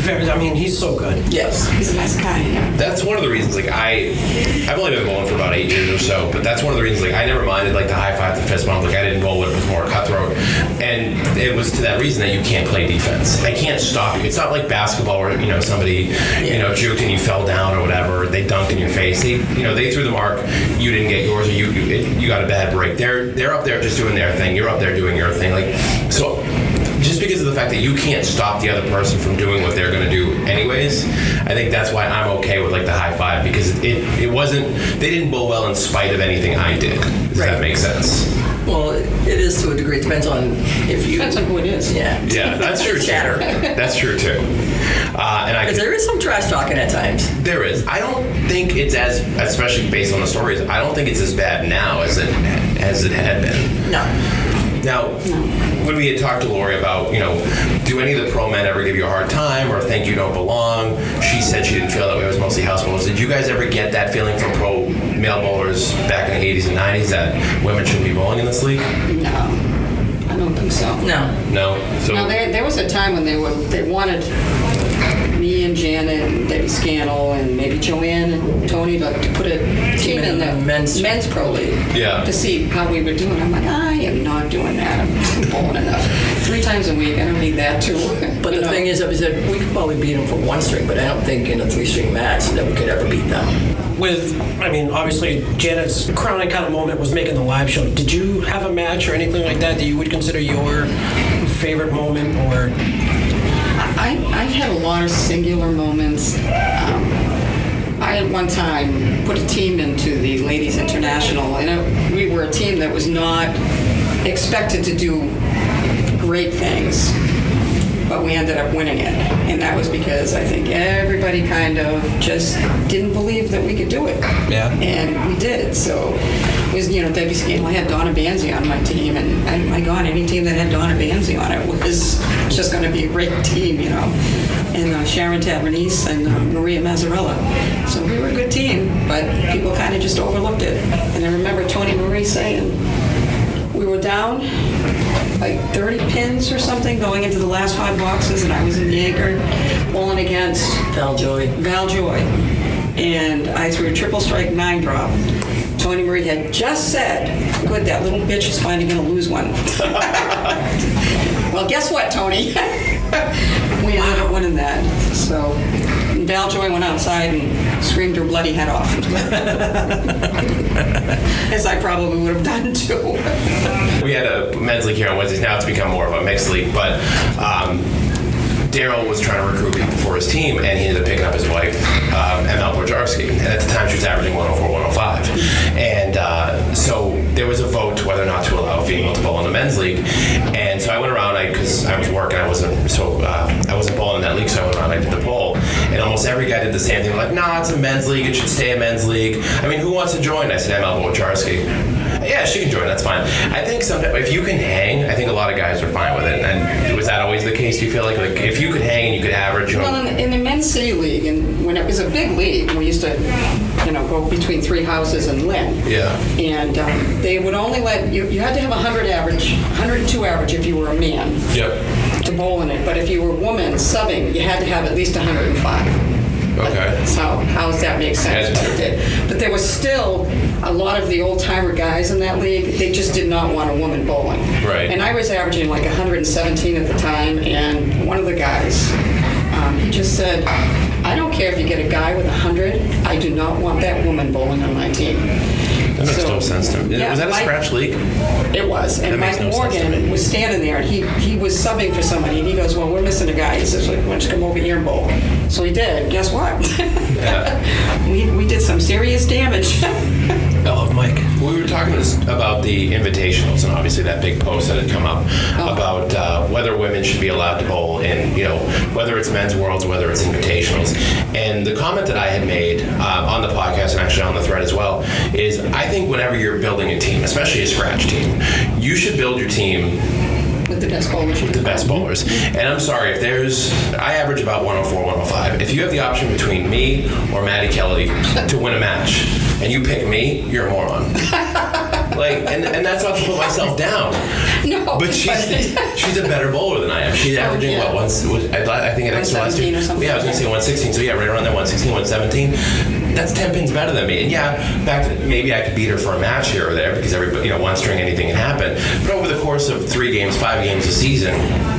very, I mean, he's so good.
Yes.
He's a nice guy.
That's one of the reasons. Like I, I've only been bowling for about eight years or so, but that's one of the reasons. Like I never minded like the high five, the fist bump. Like I didn't roll it. It was more cutthroat, and it was to that reason that you can't play defense. I can't stop you. It's not like basketball where you know somebody, you know, juked and you fell down or whatever. They dunked in your face. They, you know, they threw the mark. You didn't get yours, or you you, it, you got a bad break. They're they're up there just doing their thing. You're up there doing your thing. Like so just because of the fact that you can't stop the other person from doing what they're going to do anyways i think that's why i'm okay with like the high five because it, it, it wasn't they didn't bowl well in spite of anything i did does that
Right.
make sense
Well, it it is to a degree. It depends on if you.
Depends on who it is.
Yeah.
yeah that's true too
Chatter.
that's true too uh, and i
Because there is some trash talking at times.
There is. I don't think it's as, especially based on the stories. I don't think it's as bad now as it as it had been.
No.
Now, when we had talked to Lori about, you know, do any of the pro men ever give you a hard time or think you don't belong? She said she didn't feel that way. It was mostly house bowlers. Did you guys ever get that feeling from pro male bowlers back in the 80s and 90s that women shouldn't be bowling in this league?
No, I don't think so.
No.
No. So
Now there, there was a time when they were they wanted me and Janet and Debbie Scannell and maybe Joanne and Tony to, to put a team in the
Men's-
men's pro league.
Yeah.
To see how we were doing. I'm like, I am not doing that. I'm bowling enough. Three times a week. I don't need that too.
But the thing is, is that we could probably beat them for one string, but I don't think in a three-string match that we could ever beat them.
With, I mean, obviously, Janet's crowning kind of moment was making the live show. Did you have a match or anything like that that you would consider your favorite moment or
I, I've had a lot of singular moments. Um, I at one time put a team into the Ladies International, and it, we were a team that was not expected to do great things. but we ended up winning it. And that was because I think everybody kind of just didn't believe that we could do it.
Yeah.
And we did. So it was, you know, Debbie Scanlon had Donna Banzi on my team. And, and my God, any team that had Donna Banzi on it was just going to be a great team, you know. And uh, Sharon Tavernese and uh, Maria Mazzarella. So we were a good team, but people kind of just overlooked it. And I remember Tony Marie saying, we were down like 30 pins or something going into the last five boxes, and I was in the anchor bowling against
Valjoy.
Val Joy. And I threw a triple strike nine drop. Tony Marie had just said, Good, that little bitch is finally going to lose one. well, guess what, Tony? we ended up winning that. So Val Joy went outside and screamed her bloody head off. As I probably would have done too.
we had a men's league here on Wednesdays. Now it's become more of a mixed league, but um, Daryl was trying to recruit people for his team, and he ended up picking up his wife, um, ML Borjarski. And at the time, she was averaging 104, 105. And uh, so there was a vote whether or not to allow a female to bowl in the men's league. And so I went around because I, was working, I wasn't so uh, I wasn't bowling in that league, so I went around. I did the poll, and almost every guy did the same thing. Like, nah, it's a men's league. It should stay a men's league. I mean, who wants to join? I said ML Borjarski. Yeah, she can join. That's fine. I think sometimes if you can hang, I think a lot of guys are fine with it. And was that always the case? Do you feel like like if you could hang and you could average? You know,
Well, in, in the men's city league, and when it was a big league, we used to, you know, go between three houses and Lynn.
yeah.
And um, they would only let you. You had to have a hundred average, hundred two average if you were a man
Yep.
to bowl in it. But if you were a woman subbing, you had to have at least hundred and five.
Okay.
So how does that make sense?
That's
But,
true.
it- but there was still a lot of the old timer guys in that league. They just did not want a woman bowling.
Right.
And I was averaging like 117 at the time, and one of the guys, um, he just said, "I don't care if you get a guy with 100. I do not want that woman bowling on my team."
That makes
So-
no sense to me.
Yeah,
was that a
Mike-
scratch league?
it was, and
That makes
Mike
no sense to
Morgan
me.
was standing there, and he, he was subbing for somebody, and he goes, "Well, we're missing a guy." He says, "Like, why don't you come over here and bowl?" So he did. Guess what? we, we did some serious damage.
I love Mike.
We were talking this- about the invitationals and obviously that big post that had come up
Oh.
about uh, whether women should be allowed to bowl in, you know, whether it's men's worlds, whether it's invitationals. And the comment that I had made uh, on the podcast and actually on the thread as well is I think whenever you're building a team, especially a scratch team, you should build your team
With the best bowler.
the best bowlers. And I'm sorry, if there's, I average about 104, 105. If you have the option between me or Maddie Kelly to win a match, and you pick me, you're a moron. like, and, and that's not to put myself down.
No, Oh,
But she's, she's a better bowler than I am. She's averaging,
yeah.
what, once, I I think it extra last
117
year.
or something.
Yeah, I was going to say 116, so yeah, right around that 116, 117. That's 10 pins better than me. And yeah, back to, maybe I could beat her for a match here or there because everybody, you know, one string, anything can happen. But over the course of three games, five games a season,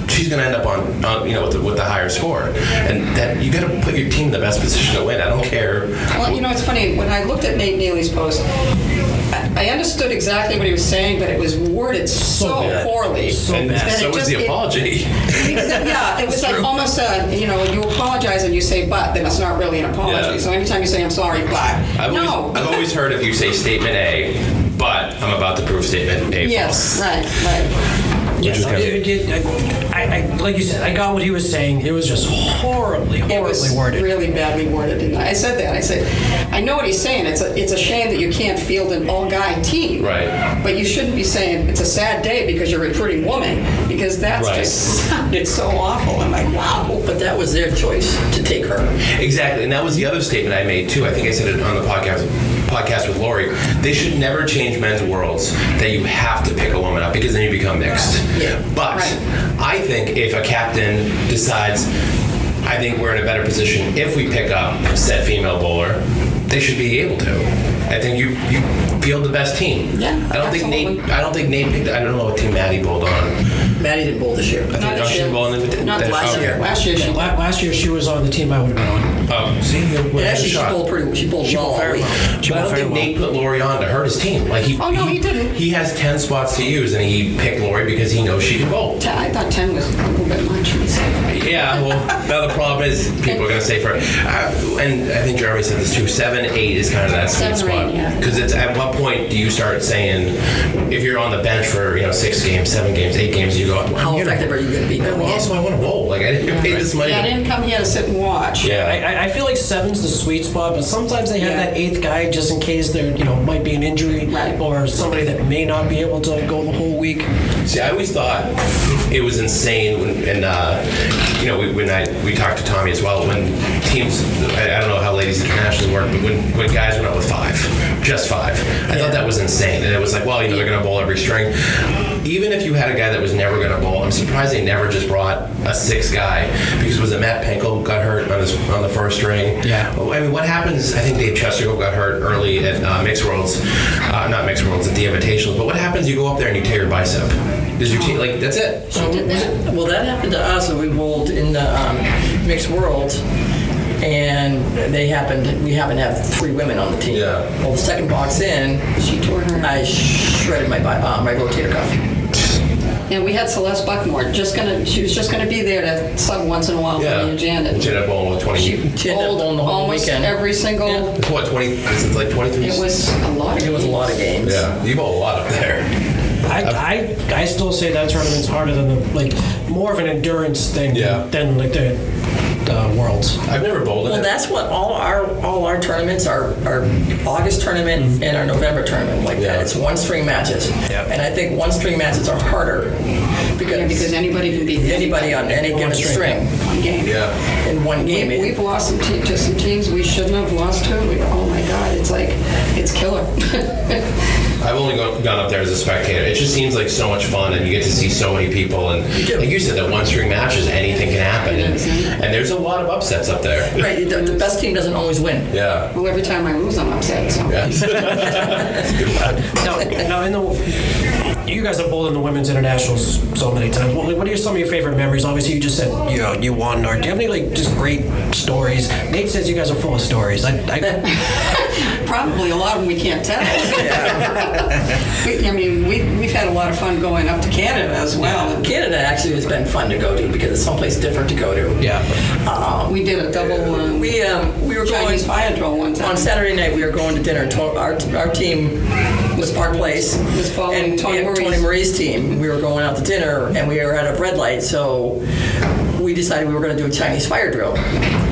she's going to end up on, on you know, with the, with the higher score. And that you got to put your team in the best position to win. I don't care.
Well, you know, it's funny. When I looked at Nate Neely's post, I I understood exactly what he was saying, but it was worded so,
bad.
poorly.
So
and
bad.
And
so
it
is
just-
the
it-
apology.
yeah, it was like almost a, you know, you apologize and you say but, then it's not really an apology.
Yeah.
So anytime you say I'm sorry, but,
I've,
no.
always, I've always heard if you say statement A, but I'm about to prove statement A
yes,
false.
right, right.
Yes,
kinda-
it- it- it- I, I, like you said, I got what he was saying. It was just horribly,
It
horribly
was
worded.
really badly worded. And I said that. I said, I know what he's saying. It's a, it's a shame that you can't field an all-guy team.
Right.
But you shouldn't be saying it's a sad day because you're recruiting women because that's
Right.
just sounded so awful. I'm like, wow.
But that was their choice to take her.
Exactly, and that was the other statement I made too. I think I said it on the podcast podcast with Lori. They should never change men's worlds that you have to pick a woman up because then you become mixed.
Yeah.
But
Right.
I think if a captain decides, I think we're in a better position if we pick up said female bowler, they should be able to. I think you you field the best team.
Yeah,
I don't think Nate.
absolutely.
I don't think Nate picked. I don't know what team Maddie bowled on. I
Maddie didn't bowl this year.
think
this
Russian
year.
bowled in the-
Not
that-
last
oh,
year.
yeah.
Last year she
La- Last year, she was on the team I would have been on.
Oh, see,
And actually, she
shot.
bowled pretty. She bowled well. all
very
week.
well. She
But I
went
don't
very
think
well.
Nate put Lori on to hurt his team. Like he.
Oh, no, he didn't.
He has ten spots to use, and he picked Lori because he knows she can bowl.
Ten- I thought 10 was a little bit much.
Yeah. Well, now the problem is people are going to say for, uh, and I think Jeremy said this too. Seven, eight is kind of that sweet
Seven or
spot
eight, yeah.
because it's at what point do you start saying if you're on the bench for you know six games, seven games, eight games, you go.
How
I'm
effective are you going to be?
Well, also I want to roll. Like I didn't pay this money.
Yeah, I didn't come here to sit and watch.
Oh, Yeah,
I, I- I feel like seven's the sweet spot, but sometimes they have
Yeah.
that eighth guy just in case there, you know, might be an injury
Right.
or somebody that may not be able to go the whole week.
See, I always thought it was insane when, and uh, you know, we, when I we talked to Tommy as well. When teams, I, I don't know how ladies internationally work, but when, when guys went out with five, just five, I thought that was insane. And it was like, well, you know, they're gonna bowl every string. Even if you had a guy that was never gonna bowl, I'm surprised they never just brought a six guy because was it Matt Penkel got hurt on his on the first string?
Yeah.
Well, I mean, what happens? I think Dave Chesterfield got hurt early at uh, Mixed Worlds, uh, not Mixed Worlds, at the Invitational. But what happens? You go up there and you tear your bicep. Does your team like that's it?
She did that.
Well, that happened to us when we rolled in the um, mixed world, and they happened. We happened to have three women on the team.
Yeah.
Well, the second box in,
She tore her.
I shredded my bi- uh, my rotator cuff.
And we had Celeste Buckmore, just gonna, she was just gonna be there to sub once in a while
Yeah.
for me and Janet.
Ended up bowling with
She
twenty.
She ended up
bowled
bowling the whole
almost
weekend.
every single,
Yeah.
What twenty? It's like twenty three.
it was a lot.
It was a lot of games.
Yeah, you bowl a lot up there.
I, I, I still say that tournament's harder than the, like, more of an endurance thing
Yeah.
than, like, the uh, Worlds.
I've never bowled in
Well,
it.
that's what all our all our tournaments are our August tournament and our November tournament like
Mm-hmm. Yeah.
that. It's one string matches,
Yeah.
and I think one string matches are harder because,
Yeah, because anybody can beat
anybody on any given string
one game.
yeah,
in one
We-
game.
We've lost some te- to some teams we shouldn't have lost to. We, oh my God, it's like, it's killer.
I've only gone, gone up there as a spectator. It just seems like so much fun, and you get to see so many people. And like you said, that one string matches, anything can happen. And, and there's a lot of upsets up there.
Right, the, the best team doesn't always win.
Yeah.
Well, every time I lose, I'm upset, so.
Now, now in the, you guys have bowled in the women's internationals so many times. What, what are some of your favorite memories? Obviously, you just said you know, you won, or do you have any like just great stories? Nate says you guys are full of stories. I, I
Probably a lot of them we can't tell. We- I mean, we, we've had a lot of fun going up to Canada as well.
Canada actually has been fun to go to because it's someplace different to go to.
yeah.
We did a double um,
We um, we were going
Chinese fire drill one time.
on Saturday night. We were going to dinner. To- Our, our team was Park Place.
Was following
and
Tony
and
Marie's.
Tony Marie's team. We were going out to dinner, and we were at a red light, so we decided we were going to do a Chinese fire drill,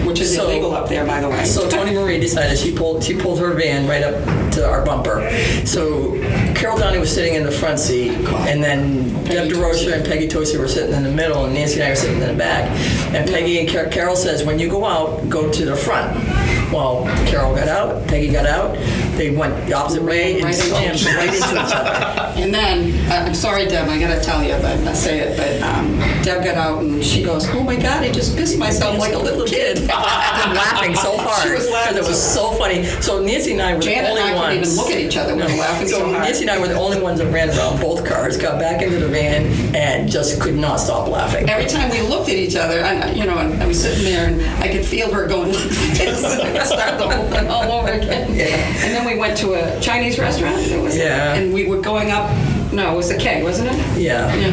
Which is
so-
illegal up there, by the way.
So Tony Marie decided she pulled she pulled her van right up to our bumper. So Carol Downey was sitting in the front seat, and then Deb DeRosa and Peggy Tosi were sitting in the middle, and Nancy and I were sitting in the back. And Peggy and Car- Carol says, when you go out, go to the front. Well, Carol got out, Peggy got out. They went the opposite way and
Right into
slammed
each other.
right into each other.
And then, uh, I'm sorry, Deb, I gotta tell you, but I say it, but um, Deb got out and she goes, "Oh my God, I just pissed myself like a little kid."
I've been laughing so hard
She was laughing.
because it was so funny. So Nancy and I were
Janet
the
and
only
I
ones.
couldn't even look at each other. We were laughing so hard.
Nancy and I were the only ones that ran around both cars, got back into the van, and just could not stop laughing.
Every time we looked at each other, I, you know, and I was sitting there and I could feel her going like this and start the whole thing all over again. And then we went to a Chinese restaurant. It was,
Yeah.
And we were going up. No, it was the K, wasn't it?
Yeah.
Yeah.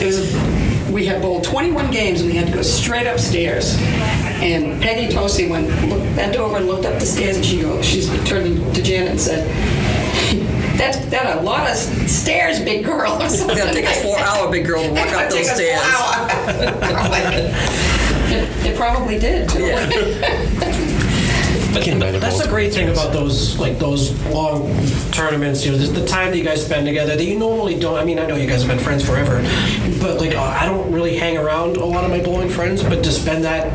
It was. We had bowled 21 games and we had to go straight upstairs. And Peggy Tosi went looked, bent over and looked up the stairs and she goes, she's turned to Janet and said. That's that a lot of stairs, big girl. Or something.
It's gonna take us four hour, big girl, to walk up those stairs.
it, it probably did. too.
That's the great thing about those like those long tournaments. You know, the, the time that you guys spend together that you normally don't. I mean, I know you guys have been friends forever, but like uh, I don't really hang around a lot of my bowling friends. But to spend that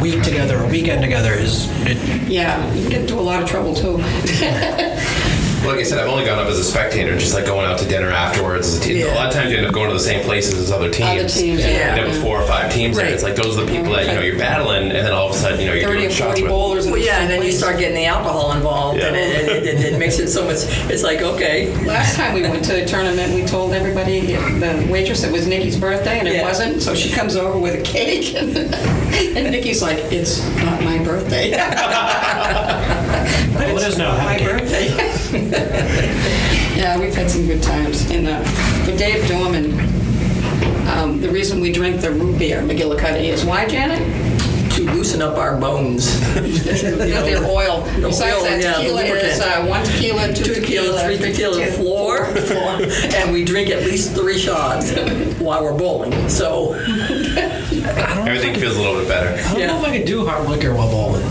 week together or weekend together is it,
Yeah, you get into a lot of trouble too.
Like I said, I've only gone up as a spectator, just like going out to dinner afterwards. As a team. A lot of times you end up going to the same places as other teams.
Other teams, yeah.
You end up with four or five teams, and
Right.
it's like those are the people that you know you're battling, and then all of a sudden you know you're
30
doing
or
shots
40
with.
bowlers. in
Well,
the
yeah,
same
and then you
place.
start getting the alcohol involved, and it, it, it, it makes it so much. It's like okay,
Last time we went to a tournament, we told everybody, the waitress, it was Nikki's birthday, and it
Yeah.
wasn't, so she comes over with a cake, and, and Nikki's like, it's not my birthday.
well, it is now.
my birthday. yeah, we've had some good times. And uh, for Dave Dorman, um, the reason we drink the root beer McGillicuddy is why, Janet?
to to loosen up our bones.
Not their oil.
The
Besides
oil,
that,
yeah, the
tequila is uh,
lubricant.
one tequila, two,
Two tequila, three tequila, four, and we drink at least three shots while we're bowling. So
Everything feels a little bit better.
I don't know if I could do hard liquor while bowling.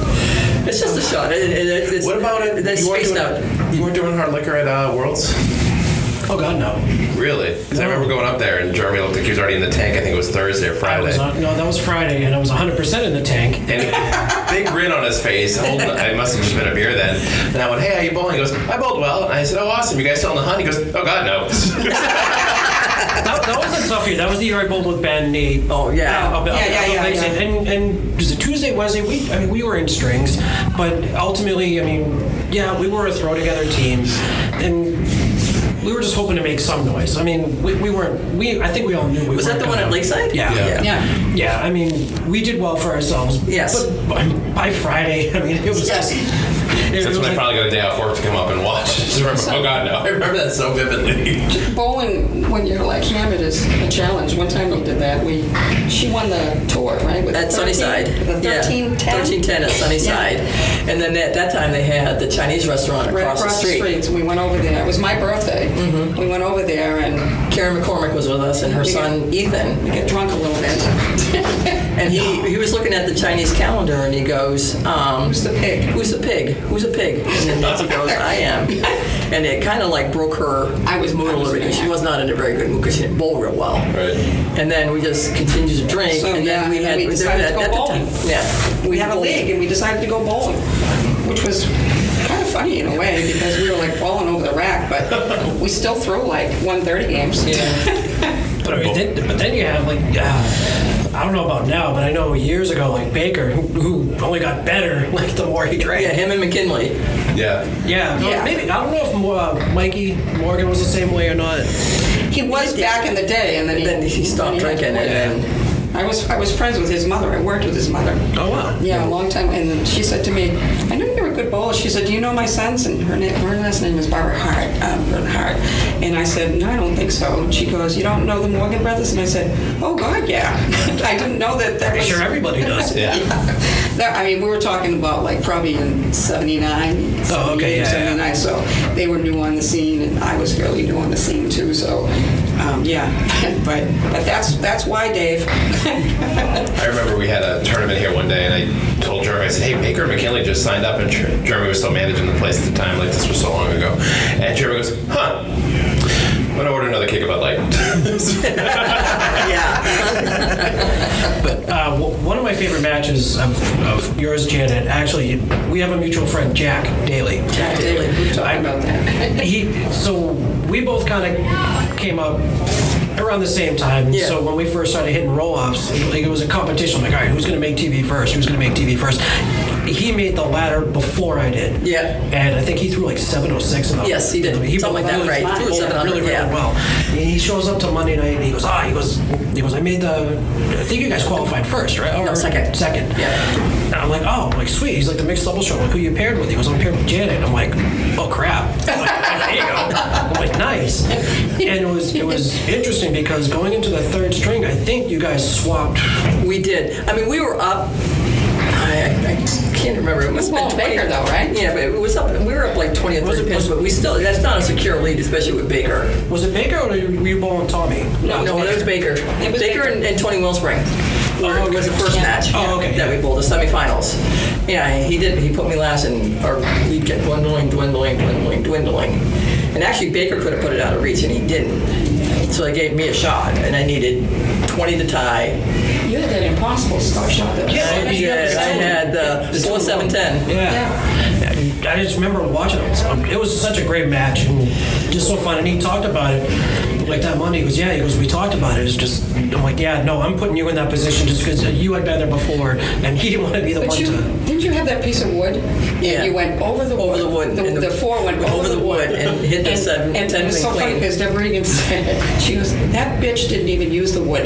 it's just a shot. It, it, it, it's,
What about it?
That's
you weren't
spaced out.
doing- You weren't doing hard liquor at uh, Worlds?
Oh God, no.
Really? Because I remember going up there and Jeremy looked like he was already in the tank. I think it was Thursday or
I
Friday.
was on, no, that was Friday, and I was 100 percent in the tank.
And big grin on his face. Holding, I must have just been a beer then. And I went, "Hey, how you bowling?" He goes, "I bowled well." And I said, "Oh, awesome! You guys still on the hunt?" He goes, "Oh God, no."
That, that was a tough year. That was the year I bowled with Ben Nate.
Oh, yeah.
Uh, up-
Yeah,
up-
yeah,
up
yeah,
Dixon.
yeah.
And and was it Tuesday, Wednesday? We I mean we were in strings, but ultimately, I mean, yeah, we were a throw together team, and. We were just hoping to make some noise. I mean, we, we weren't. We I think we all knew. We
Was that
weren't
the one
gonna-
at Lakeside?
Yeah.
Yeah.
Yeah.
Yeah, I mean, we did well for ourselves.
Yes.
But by, by Friday, I mean, it was
Yes.
just. it- it
That's
was
when I
like-
finally got a day off work to come up and watch. Just remember, oh God, no! I remember that so vividly.
Bowling, when you're like hammered, is a challenge. One time we did that. We, she won the tour, right? With 13
At Sunnyside.
The 13
yeah. 1310 at Sunnyside. And then at that time they had the Chinese restaurant
Right
across, the street. Mm-hmm.
street. We went over there. It was my birthday. We went over there and
Karen McCormick was with us and her
Yeah.
son Ethan.
get drunk a little bit.
And he, he was looking at the Chinese calendar and he goes, um,
Who's the pig?
Who's the pig? Who's a pig? And then Nancy goes, I am. And it kind of like broke her
I was-
mood
I
a
was
little bit.
mad.
She was not in a very good mood because she didn't bowl real well.
Right.
And then we just continued to drink.
So,
and
yeah,
then we
and
had
then we decided to go
at the
bowling.
time- Yeah.
we had a league and we decided to go bowling, which was kind of funny in a way because we were like falling over the rack, but we still threw like 130 games.
But, I mean, then, but then you have like, uh, I don't know about now, but I know years ago, like Baker, who, who only got better like the more he
Yeah,
drank.
him and McKinley.
Yeah.
Yeah, no,
Yeah.
maybe I don't know if uh, Mikey Morgan was the same way or not.
He was back in the day, and then he,
Then he stopped
then he had
drinking
to
and-
quit. I was I was friends with his mother. I worked with his mother.
Oh wow.
Yeah, a long time. And then she said to me, I know you're a good bowler. She said, Do you know my sons? And her, name, her last name is Barbara Hart, um, Bernard Hart. And I said, No, I don't think so. And she goes, You don't know the Morgan brothers? And I said, Oh, God, yeah. I didn't know that that was.
Sure, everybody does.
Yeah.
That, I mean, we were talking about like probably in 79,
Oh, okay, yeah,
78,
yeah.
79. So they were new on the scene, and I was fairly new on the scene too. So, um, yeah. but but that's that's why, Dave.
I remember we had a tournament here one day, and I told Jeremy, I said, "Hey, Baker McKinley just signed up," and Jer- Jeremy was still managing the place at the time. Like this was so long ago, and Jeremy goes, "Huh." I'm gonna order another cake of Bud Light.
Yeah.
Uh, w- one of my favorite matches of, of yours, Janet. Actually, we have a mutual friend, Jack Daly.
Jack Daly.
Talk about that.
he so we both kind of came up around the same time
Yeah.
so when we first started hitting roll-offs like it was a competition like all right who's going to make tv first who's going to make tv first he made the ladder before i did
Yeah.
and i think he threw like 706 in the
Yes, he did.
he
Something like that,
bowled
right. He threw
bowled
700,
really really
yeah.
well And he shows up to monday night and he goes ah he goes he goes i made the i think you guys qualified first right or
No, second.
second
Yeah.
and I'm like, oh, I'm like sweet. He's like the mixed double show. I'm like, who you paired with? He goes, I'm paired with Janet. I'm like, oh crap. I'm like, "Oh, there you go. I'm like, nice. And it was it was interesting because going into the third string, I think you guys swapped.
We did. I mean, we were up. I, I, I can't remember. It must
Well,
have been 20,
Baker, though, right?
Yeah, but it was up. We were up like 20 or 30 pins, but we still. That's not a secure lead, especially with Baker.
Was it Baker or were you- were you bowling Tommy?
No, no, that was Baker.
It was
Baker,
Baker.
And, and Tony Wellspring. Were-
okay.
was the first match
Oh, okay,
that
yeah.
we bowled the semifinals. Yeah, he did. He put me last, and our lead kept dwindling, dwindling, dwindling, dwindling. And actually, Baker could have put it out of reach, and he didn't. So they gave me a shot, and I needed 20 to tie.
You had that impossible star shot. That was
Yeah,
I
you
had, I had uh, 4 7 10.
Yeah. I just remember watching it. It was- um, It was such a great match and just so fun. And he talked about it like that Monday. He goes, yeah. He goes, we talked about it. It's just I'm like, yeah, no, I'm putting you in that position just because you had been there before and he didn't want to be the
But
one
you,
to.
didn't you have that piece of wood?
Yeah.
And you went over the
Over
wood.
the wood,
The,
and the-
the four went over, the wood.
and hit the seven-
And, and
ten
it was so
pin
funny
clean.
because Deborah Egan said, it. she goes, that bitch didn't even use the wood.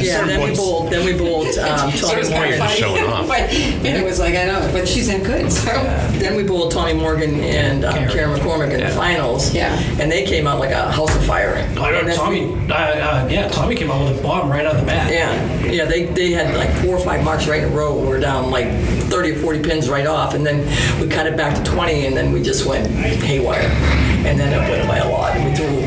Yeah, then we bowled, then we bowled um,
So it
Tony
was kind
um, Morgan.
of funny.
showing off.
but, And it was like, I know, but she's in good. So
Then we bowled Tony Morgan and um, Karen McCormick in the finals.
Yeah.
And they came out like a house of fire.
I
And
remember
then-
Tommy. Uh, uh, yeah, Tommy came out with a bomb right on the bat.
Yeah, yeah, they, they had like four or five marks right in a row. We were down like 30 or 40 pins right off, and then we cut it back to 20, and then we just went haywire. And then it went by a lot. We threw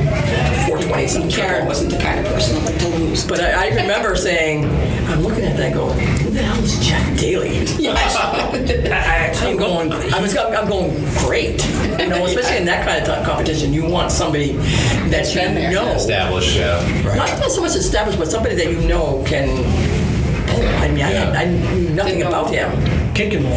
420 something.
Karen wasn't the kind of person that to lose.
But I, I remember saying, I'm looking at that going, who the hell is Jack Daly?
I, I tell
I'm
you,
going, I was, I'm going great. You know, especially in that kind of t- competition, you want somebody that
been
you
there.
know.
Established, um, yeah.
Not not so much established, but somebody that you know can. Oh, I mean, I, had, I knew nothing
Didn't know.
about him.
kicking ball.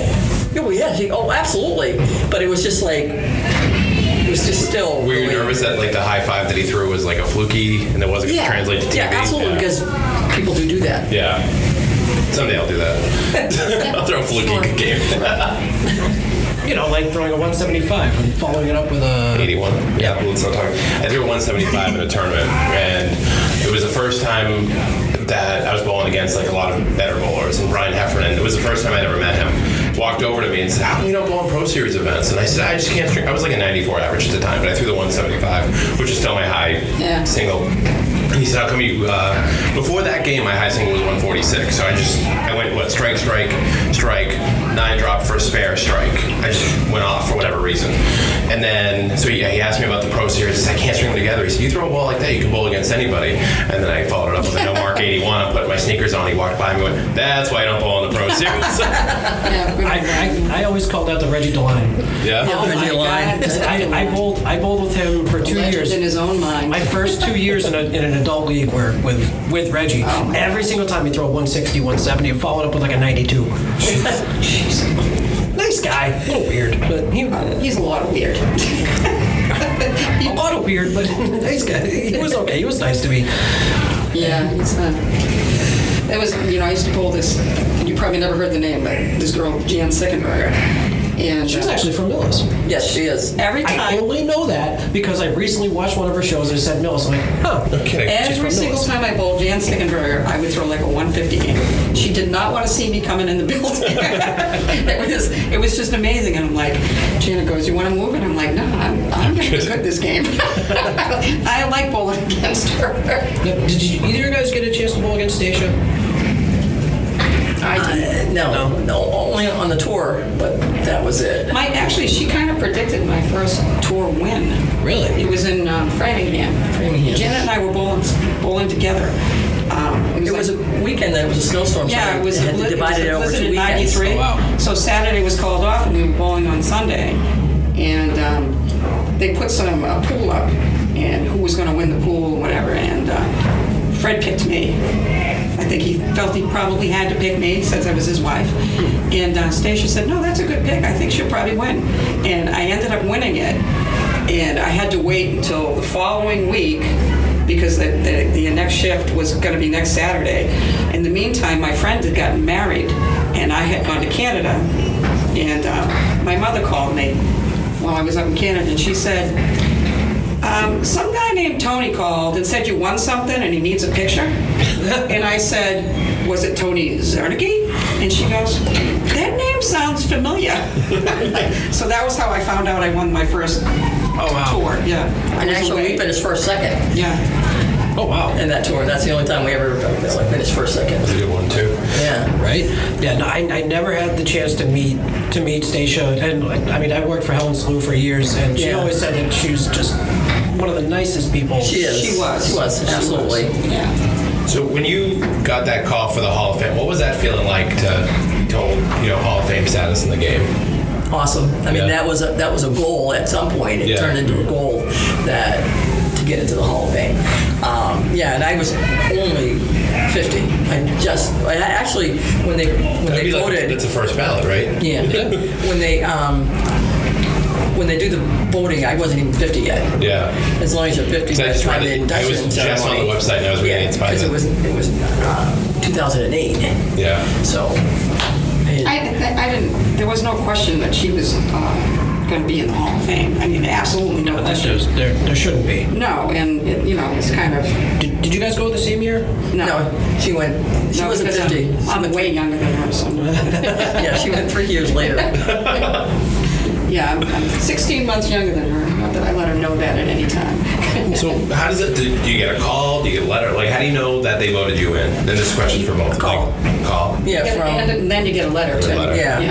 Yeah, well, yeah, he, oh, absolutely. But it was just like, it was just still.
Were you
really-
nervous that like the high five that he threw was like a fluky and that wasn't going
Yeah.
to translate to TV?
Yeah, absolutely, because people do do that.
Yeah. Someday I'll do that. I'll throw a fluky
Sure.
game.
You know, like throwing a 175 and following it up with a.
81. Yeah, let's not talk. I threw a 175 in a tournament, and it was the first time that I was bowling against like a lot of better bowlers. And Brian Heffernan, it was the first time I'd ever met him. Walked over to me and said, "How come you don't bowl in Pro Series events?" And I said, "I just can't string." I was like a 94 average at the time, but I threw the 175, which is still my high
Yeah.
single. And He said, "How come you?" Uh, before that game, my high single was 146. So I just I went what strike, strike, strike, nine drop for a spare strike. I just went off for whatever reason. And then so yeah, he asked me about the pro series. I said, I can't string them together. He said, "You throw a ball like that, you can bowl against anybody." And then I followed it up with a no mark 81. I put my sneakers on. He walked by me and went, "That's why I don't bowl in the pro series."
Yeah, we-
I, I, I always called out the Reggie DeLine.
oh
yeah.
my
Original line.
God.
Because I, I bowled I bowled with him for two
Legend
years.
in his own mind.
My first two years in, a, in an adult league were with, with Reggie. Every single time he throw a 160, 170, and followed up with like a 92. nice guy. A little weird, but he, a
He's a lot of weird.
lot of weird, but nice guy. He was okay. He was nice to me.
Yeah, he's uh That was, you know, I used to pull this. You probably never heard the name, but this girl Jan Sickenberger, and
She was
uh,
actually from Millis.
Yes, she is.
every
I
time,
only know that because I recently watched one of her shows and it said Millis. I'm like, huh.
Kidding.
every single time I bowled Jan Sickenberger, I would throw like a 150 game. She did not want to see me coming in the building. it was, it was just amazing. And I'm like, Gina goes, "You want to move?" And I'm like, "No, I'm, I'm going to be good this game. I like bowling against her."
Now, Did you, either of you guys get a chance to bowl against Stacia?
I did.
Uh, No, no, only on the tour, but that was it.
My actually, she kind of predicted my first tour win.
Really?
It was in um, Framingham.
Framingham.
Janet and I were bowling, bowling together. Um,
It was a
like-
weekend that it was a snowstorm. so
yeah, it was,
they had to
it was
divide it
a
over
blizzard
two
in
weekends. Oh,
Oh,
'93.
wow.
So Saturday was called off, and we were bowling on Sunday. And um, they put some uh, pool up, and who was going to win the pool and whatever. And uh, Fred picked me. I think he felt he probably had to pick me since I was his wife. And uh, Stacia said, "No, that's a good pick. I think she'll probably win." And I ended up winning it and I had to wait until the following week because the, the, the next shift was going to be next Saturday. In the meantime, my friend had gotten married, and I had gone to Canada, and uh, my mother called me while I was up in Canada, and she said, um, "Some guy named Tony called and said you won something, and he needs a picture." and I said, "Was it Tony Zernicki?" And she goes, "That name sounds familiar." so that was how I found out I won my first
Oh, wow.
tour. Yeah. I
And
was
actually,
away.
we finished first, second
Yeah.
Oh, wow.
in that tour. That's the only time we ever like, finished first, second.
That's a good one too.
Yeah.
right? Yeah, no, I, I never had the chance to meet to meet Stacia, and like, I mean, I worked for Helen Slew for years, and she
Yeah.
always said that she was just one of the nicest people.
She is.
She was.
She was, absolutely.
Yeah.
So when you got that call for the Hall of Fame, what was that feeling like to to hold you know Hall of Fame status in the game?
Awesome. I mean,
Yeah.
that was a, that was a goal at some point. It
Yeah.
turned into a goal that to get into the Hall of Fame. Um, yeah, and I was only 50. I just I I actually when they when
That'd
they
be like-
voted.
that's the first ballot, right?
yeah. when they um, when they do the voting, I wasn't even 50 yet.
Yeah.
As long as you're 50,
So I
by the
just
time
read
the
it- I was
induction
just on the
ceremony-
website and I was reading
yeah,
it's by
because
the-
it was it was uh, 2008.
Yeah.
So.
I, I didn't. There was no question that she was uh, going to be in the Hall of Fame. I mean, absolutely no
But that
question.
does, there, there shouldn't be.
No, and, it- you know, it's kind of,
Did, did you guys go the same year?
no.
No, she went, she
No,
wasn't
because um, I'm-
50.
I'm way younger than her, so.
Yeah, she went three years later.
Yeah, I'm I'm 16 months younger than her. Not that I let her know that at any time.
So how does it? Do you get a call? Do you get a letter? Like how do you know that they voted you in? And this question for both.
Call.
Like, call.
Yeah,
And
from,
and then you get a letter, too.
Letter.
Yeah.
Yeah.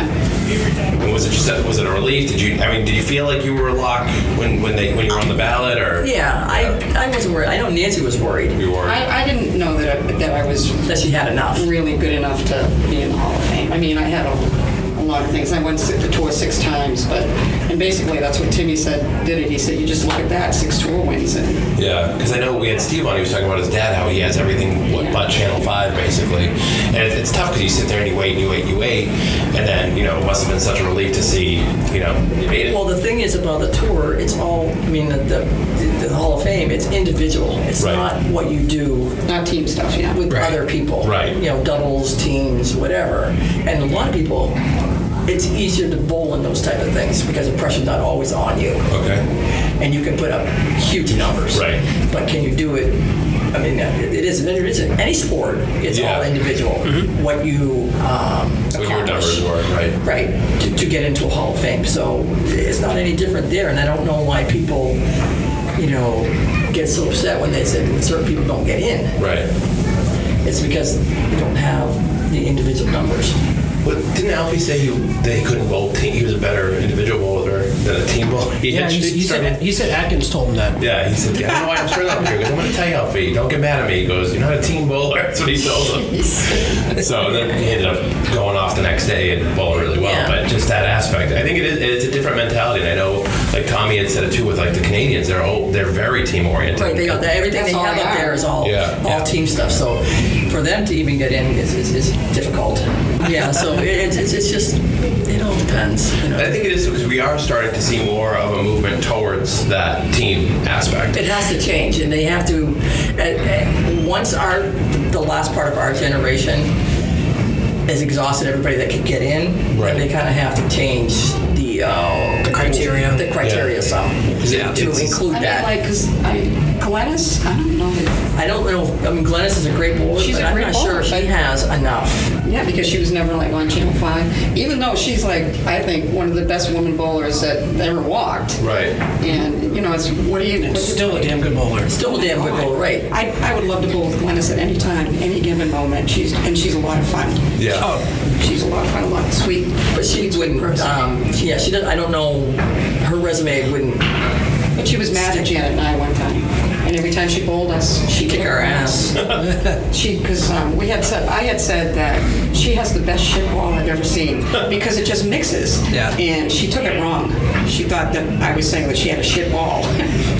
And was it just that? Was it a relief? Did you? I mean, did you feel like you were a lock when when they when you were on the ballot or?
yeah, I, I wasn't worried. I know Nancy was worried
You were.
I, I didn't know that I, that I was
that she had enough.
really good enough to be in the Hall of Fame. I mean, I had a, a lot of things. I went si- the tour six times, but, and basically that's what Timmy said, did it. He said, you just look at that, six tour wins. And
Yeah, because I know we had Steve on. He was talking about his dad, how he has everything what, but Channel Five, basically. And it, it's tough because you sit there and you wait, and you wait, and you wait, and then you know it must have been such a relief to see you know you made it.
Well, the thing is about the tour, it's all, I mean, the, the, the Hall of Fame, it's individual. It's
Right.
not what you do
not team stuff, yeah.
with
Right.
other people.
Right.
You know, doubles, teams, whatever. And a lot of people, it's easier to bowl in those type of things because the pressure's not always on you.
okay.
And you can put up huge numbers.
Right.
But can you do it? I mean, it it is an individual. Any sport, it's
Yeah. Mm-hmm.
all individual. What you um,
What your numbers
accomplish
were, right?
right to, to get into a hall of fame so it's not any different there and i don't know why people you know get so upset when they said certain people don't get in
Right.
it's because they don't have the individual numbers
But didn't Alfie say he, that he couldn't bowl? Team, he was a better individual bowler than a team bowler. He
Yeah, he,
actually
he said
started-
he said Atkins told him that.
Yeah, he said, yeah, I don't know why I'm straight up here because I'm going to tell you, Alfie, don't get mad at me. He goes, you're not a team bowler. That's what he told him. so then he ended up going off the next day and bowling really well.
Yeah.
But just that aspect, I think it is it's a different mentality. And I know, like Tommy had said it too, with like the Canadians, they're all, they're very team oriented.
right they got that everything
That's
they
all
have
they
up
are.
there is all
Yeah. Yeah.
all team stuff so for them to even get in is, is, is difficult yeah so it, it's, it's it's just it all depends you know
I think it is because we are starting to see more of a movement towards that team aspect.
It has to change, and they have to. Uh, uh, once our the last part of our generation has exhausted everybody that could get in,
Right.
they kind of have to change the uh, the
criteria.
the criteria
Yeah.
some
Yeah,
to
it's-
include
I mean,
that.
like, because I, Glennis, I don't know that,
I don't know. I mean, Glennis is a great bowler,
She's
but
a
I'm
great
not
bowler,
sure she
but-
has enough.
yeah, because she was never like on Channel 5, even though she's like, I think, one of the best women bowlers that ever walked.
Right.
And, you know, it's, what are you
It's still a damn good bowler.
Still a damn good bowler, right?
I, I would love to bowl with Glennis at any time, any given moment. She's and she's a lot of fun.
Oh,
Oh,
Yeah.
She's a lot of fun, a lot of sweet.
But she wouldn't. Um, yeah, she doesn't. I don't know. Her resume wouldn't
But she was mad at Janet and I one time, and every time she bowled us, she
kick our ass.
She because um, we had said I had said that she has the best shit ball I've ever seen because it just mixes.
Yeah.
And she took it wrong. She thought that I was saying that she had a shit ball.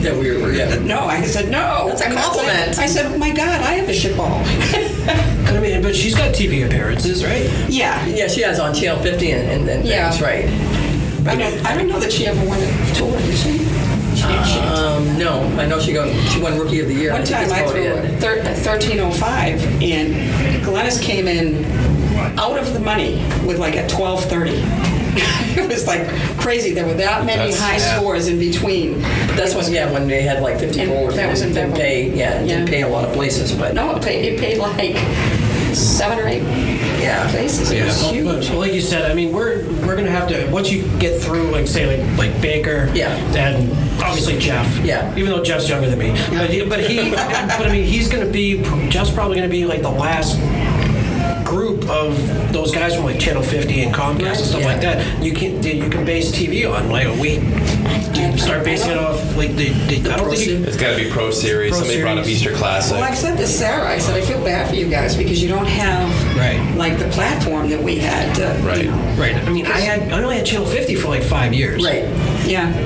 that we were. Yeah.
no, I said no.
That's a
I mean,
compliment.
I said, oh my God, I have a shit ball.
And I mean, but she's got TV appearances, right?
yeah.
Yeah, she has on Channel 50 and, and, and
Yeah.
things, right?
I don't, I don't know that she ever won a tour, did she? She- she-
Um, no, I know she got she won Rookie of the Year.
One
think
time
that's
I
about
threw
it.
a thir- uh, a 1305, and Glennis came in out of the money with like a 1230. it was like crazy. There were that many
That's-
high scores in between.
That's when yeah, when they had like 50
And
bowlers.
that
and
was in
didn't
Denver.
pay. Yeah, it didn't
Yeah.
pay a lot of places, but
No, it paid, it paid like seven or eight
Yeah.
places. It was
But,
huge.
but like you said, I mean, we're we're gonna have to once you get through, like say, like like Baker,
Yeah.
and obviously Jeff,
Yeah.
Even though Jeff's younger than me, but he, but, he, but I mean, he's gonna be Jeff's probably gonna be like the last group of those guys from like Channel 50 and Comcast and stuff
Yeah.
like that. You can you can base TV on like a week. You start basing it off like the, the, I don't think you,
It's got to be Pro Series.
Pro
Somebody brought up
Series.
Easter Classic.
Well, I've said this, Sarah. I said I feel bad for you guys because you don't have
Right.
like the platform that we had. To, you
Right.
know.
right. I mean, I had I only had Channel 50 for like five years.
right.
Yeah.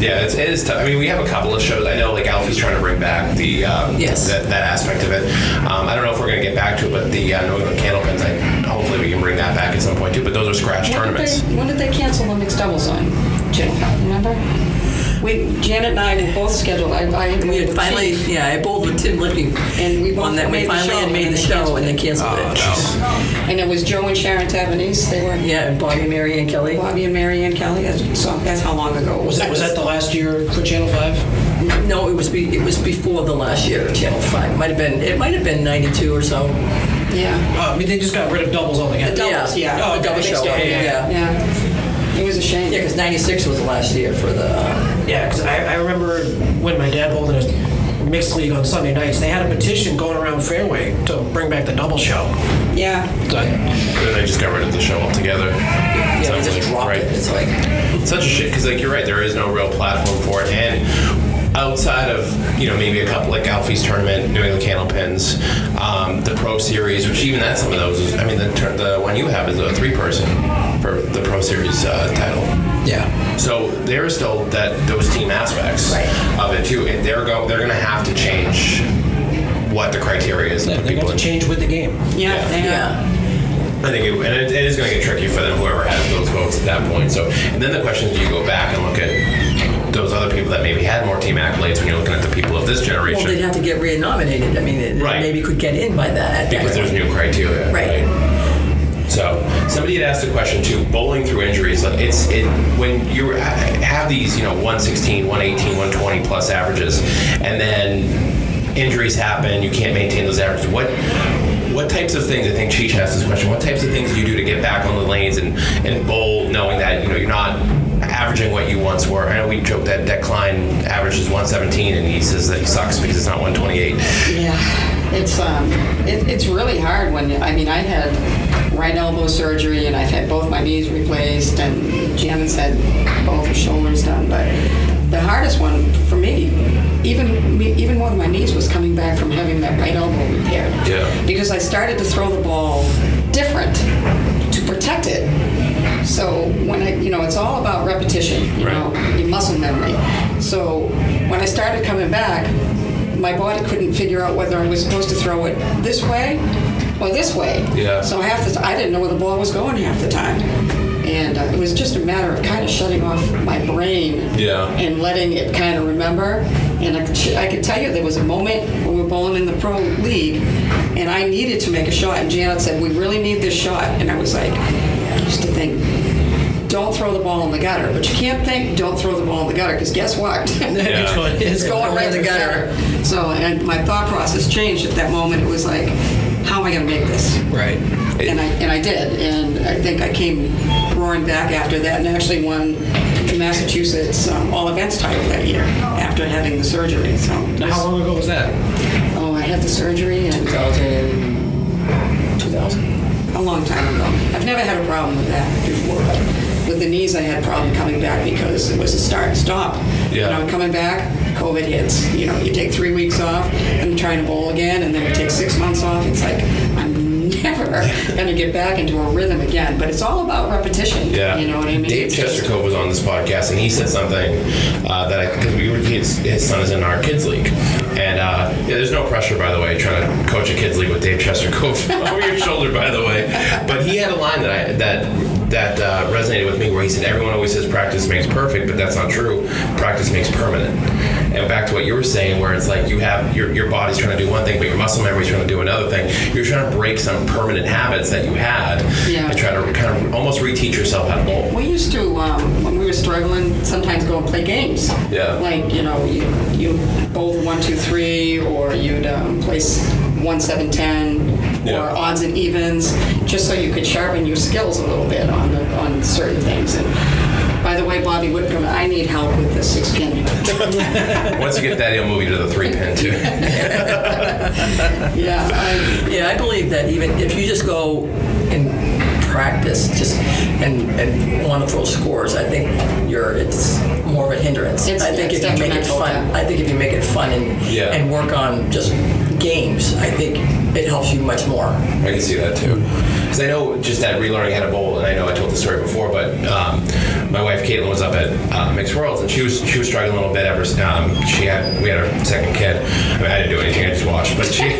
Yeah, it's, it is tough. I mean, we have a couple of shows. I know, like Alfie's trying to bring back the um,
Yes.
that, that aspect of it. Um, I don't know if we're going to get back to it, but the uh, New England Candlepins, I hopefully we can bring that back at some point too. But those are scratch
When did,
tournaments.
they, when did they cancel the mixed doubles on? Jim, remember? We, Janet and I were both scheduled, I, I had
We had
with
finally,
Keith,
yeah, I bowled with Tim Lippy
And we both
on that. We
made the
finally
show,
had made
and
the
they
show and they canceled it.
And it was Joe and Sharon Tavanese, they were,
Yeah, and Bobby, Mary, and Kelly.
Bobby and Mary Ann Kelly, that's, so that's how long ago it
Was that was that the last year for Channel Five?
No, it was be, it was before the last year of Channel Five. Might have been it might have been '92 or so.
Yeah,
Uh, I mean, they just got rid of doubles altogether.
Double- Doubles, yeah.
Oh,
Okay.
double show.
Yeah, yeah,
yeah. yeah.
yeah. It was a shame.
because '96 was the last year for the. uh,
Yeah, because I, I remember when my dad bowled in a mixed league on Sunday nights, they had a petition going around Fairway to bring back the double show.
Yeah,
So I-
And they just got rid of the show altogether.
Yeah,
Sounds
we just
like-
dropped
right.
it. It's like
such a shit because like you're right there is no real platform for it and outside of you know maybe a couple like alfie's tournament new england candlepins um, the pro series which even that some of those is- i mean the, tur- the one you have is a three person for the pro series uh, title
yeah.
so there's still that those team aspects of it too and they're go they're gonna have to change what the criteria is to put
They
people
got
in
to change with the game.
yeah, they are.
yeah.
I think it, and it, it is going to get tricky for them, whoever has those votes at that point. So, and then the question is, do you go back and look at those other people that maybe had more team accolades when you're looking at the people of this
Well,
generation
they'd have to get re-nominated. I mean, it, it
Right.
maybe could get in by that. At that
because there's new criteria,
Right.
So, somebody had asked a question too. Bowling through injuries, like it's it when you have these, you know, 116, 118, 120 plus averages, and then injuries happen, you can't maintain those averages. What what types of things? I think Cheech asked this question. What types of things do you do to get back on the lanes and and bowl, knowing that you know you're not averaging what you once were. I know we joked that decline averages 117, and he says that he sucks because it's not 128.
Yeah, it's um, it, it's really hard when I mean I had right elbow surgery and I've had both my knees replaced and Janet's had both her shoulders done. But the hardest one for me, even me- even more than my knees, was coming back from having that right elbow repaired.
Yeah.
Because I started to throw the ball different to protect it. So when I, you know, it's all about repetition. You
Right.
know your muscle memory. So when I started coming back, my body couldn't figure out whether I was supposed to throw it this way or this way.
Yeah.
So half the t- I didn't know where the ball was going half the time, and uh, it was just a matter of kind of shutting off my brain.
Yeah.
And letting it kind of remember. And I could, sh- I could tell you there was a moment when we were bowling in the pro league, and I needed to make a shot, and Janet said, "We really need this shot," and I was like, I used to think don't throw the ball in the gutter. But you can't think, don't throw the ball in the gutter, because guess what?
It's going, it's
it's
going.
going right in the gutter. So, and my thought process changed at that moment. It was like, how am I going to make this?
Right.
And I and I did, and I think I came roaring back after that, and actually won the Massachusetts um, all events title that year after having the surgery. So,
Now, how long ago was that?
oh, I had the surgery and
2000, 2000.
a long time ago. I've never had a problem with that before, but with the knees, I had a problem coming back because it was a start and stop.
Yeah.
You know, coming back, COVID hits. You know, you take three weeks off and trying to bowl again, and then you take six months off. It's like, I'm never going to get back into a rhythm again. But it's all about repetition.
Yeah.
You know what I mean?
Dave
It's just-
Chestercove was on this podcast, and he said something uh, that I because we were kids, his son is in our kids league, and uh, yeah, there's no pressure by the way trying to coach a kids league with Dave Chestercove over your shoulder by the way, but he had a line that I that that uh, resonated with me where he said everyone always says practice makes perfect, but that's not true. Practice makes permanent. And back to what you were saying, where it's like you have your, your body's trying to do one thing, but your muscle memory's trying to do another thing. You're trying to break some permanent habits that you had
Yeah.
and try to kind of almost reteach yourself how to bowl.
We used to, um, when we were struggling, sometimes go and play games.
Yeah.
Like, you know, you, you both one, two, three, or you'd um, place one, seven, ten, or
Yeah.
odds and evens, just so you could sharpen your skills a little bit on the, on certain things. And by the way, Bobby Whitcomb, I need help with the six pin.
Once you get that, he'll move you to the three pin too.
yeah. I,
Yeah, I believe that even if you just go and practice, just and and want to throw scores, I think you're it's more of a hindrance.
It's-
I think
it's
if you make it
detrimental,
fun,
yeah.
I think if you make it fun and
Yeah.
and work on just games, I think it helps you much more.
I can see that too. Because I know just that relearning how to bowl, and I know I told the story before, but um, my wife Caitlin was up at uh, Mixed Worlds, and she was she was struggling a little bit ever. s- Um, she had we had her second kid. I mean, I didn't do anything; I just watched. But she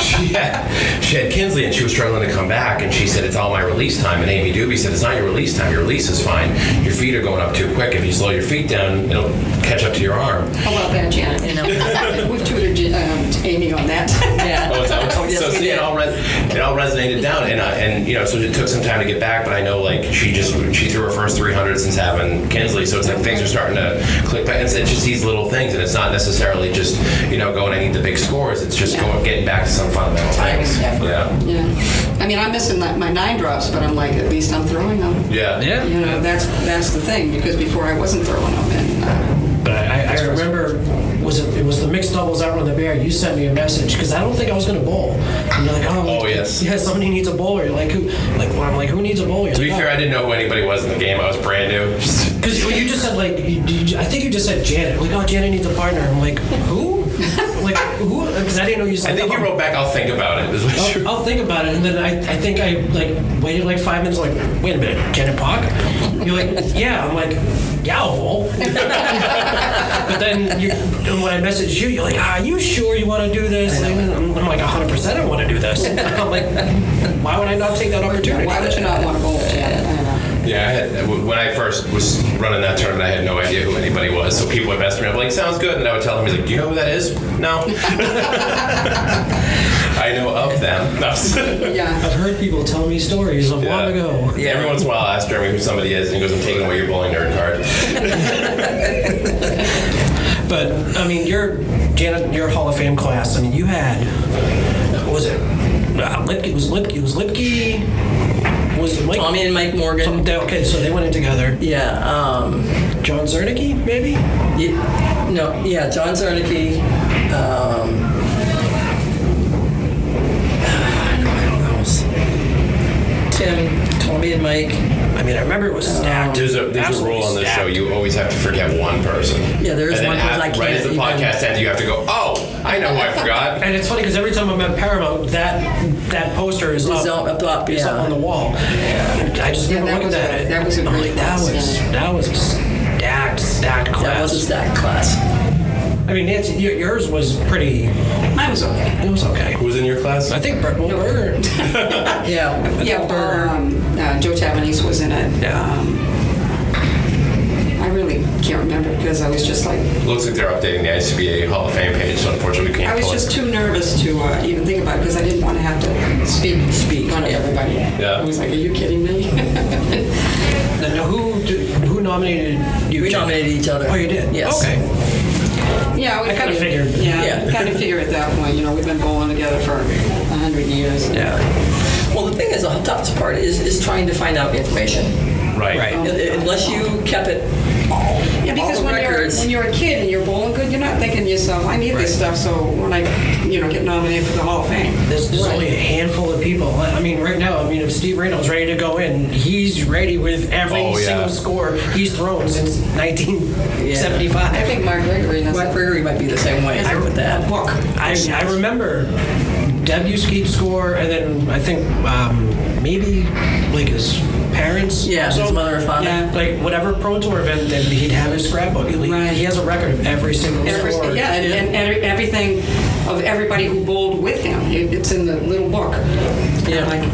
she had she had Kinsley, and she was struggling to come back. And she said, "It's all my release time." And Amy Doobie said, "It's not your release time. Your release is fine. Your feet are going up too quick. If you slow your feet down, it'll catch up to your arm."
How about that, Janet? We've tutored um, Amy on that.
Yeah.
Oh, is that what-
yes,
so
we
see,
did.
it all res- it all resonated down, and uh, and you know, so it took some time to get back. But I know, like, she just she threw her first 300 since having Kinsley, so it's like things are starting to click back. It's, it's just these little things, and it's not necessarily just you know going. I need the big scores. It's just going getting back to some fundamental
Time and
things.
effort.
Yeah,
Yeah. I mean, I'm missing like, my nine drops, but I'm like, at least I'm throwing them.
yeah,
Yeah.
You know, that's that's the thing because before I wasn't throwing them, and uh,
But I, I remember, was it, it was the mixed doubles out on the bear? You sent me a message because I don't think I was going to bowl. And you're like, oh,
Oh,
like,
yes.
yeah, somebody needs a bowler. You're like, who? Like, well, I'm like, "Oh, who needs a bowler?
To be fair, I didn't know who anybody was in the game. I was brand new. Just-
because you just said like, you, you- I think you just said Janet. Like, oh, Janet needs a partner. I'm like, who? like who? Because I didn't know you said.
I think
that.
you wrote back. I'll think about it. Is what
Oh.
you-
I'll, I'll think about it, and then I, I think I like waited like five minutes. Like, wait a minute, Janet Pock? You're like, yeah. I'm like, yeah, I will." but then you, and when I messaged you, you're like, are you sure you want to do this? And I'm, I'm like, 100 percent, I want to do this. I'm like, why would I not take that opportunity?
why would you not want to bowl, Janet? I know.
Yeah, I had, w- when I first was running that tournament, I had no idea who anybody was. So people would mess me up, like, sounds good. And then I would tell them, he's like, do you know who that is? No. I know of them. No.
Yeah.
I've heard people tell me stories of long ago.
Yeah. Every once in a while, I ask Jeremy who somebody is, and he goes, I'm taking away your bowling nerd card.
But I mean, your Janet, your Hall of Fame class. I mean, you had what was it? Uh, Lipke was Lipke it was Lipke. Was it Mike?
Tommy and Mike Morgan.
Some- they- okay, so they went in together.
Yeah. Um,
John Zernicke, maybe.
Ye- no, yeah, John Zarnicki. Um, who else? Tim, Tommy, and Mike.
I mean, I remember it was stacked.
Um, There's a, there's a
Absolutely
rule on this
stacked.
show you always have to forget one person.
Yeah, there is
and then
one person
at-
I
Right as the
can't even-
podcast ends, you have to go, oh, I know who I forgot.
And it's funny because every time I'm at Paramount, that that poster is up,
It's up- up top,
it's up
yeah.
on the wall. And I just
Yeah,
remember looking
that was
at
a-
it.
that was a
I'm
great
like, that
class,
was
yeah.
that was a stacked, stacked class.
That was a stacked class.
I mean, Nancy, y- yours was pretty.
Mine was okay.
It was okay.
Who was in your class?
I think Bur- well, Burger.
Yeah.
Yeah. Well, um, uh, Joe Tavanese was in it. Um, I really can't remember because I was just like
Looks like they're updating the ICBA Hall of Fame page, so unfortunately we can't
I was
pull it.
just too nervous to uh, even think about it because I didn't want to have to speak speak in front of everybody.
Yeah.
I was like, are you kidding me?
Then who d- who nominated you?
We
Jen?
nominated each other.
Oh, you did.
Yes.
Okay.
yeah, we
I kinda figured.
Yeah,
Yeah.
kind of figured at that point. You know, we've been bowling together for a hundred years.
Yeah. Well, the thing is, the toughest part is, is trying to find out information.
Right.
Right.
Un- Unless you kept it all,
Yeah, because
all the
when you're
records.
when you're a kid and you're bowling good, you're not thinking to yourself, I need this stuff. So when I, you know, get nominated for the Hall of Fame,
There's, there's only a handful of people. I I mean, right now, I mean, if Steve Reynolds ready to go in, he's ready with every
Oh, yeah.
single score he's thrown since 1975.
I think Mark Gregory knows
Black
that.
Brewery might be the same way. I put that.
book.
I, I remember W. Skeet's score, and then I think um, maybe like his parents.
Yeah, his
also-
mother and father.
Yeah, like whatever pro tour event that he'd have his scrapbook. He,
Right.
he has a record of every single
Every-
score.
yeah, and, and, every- everything of everybody who bowled with him, It- it's in the little book. Yeah, like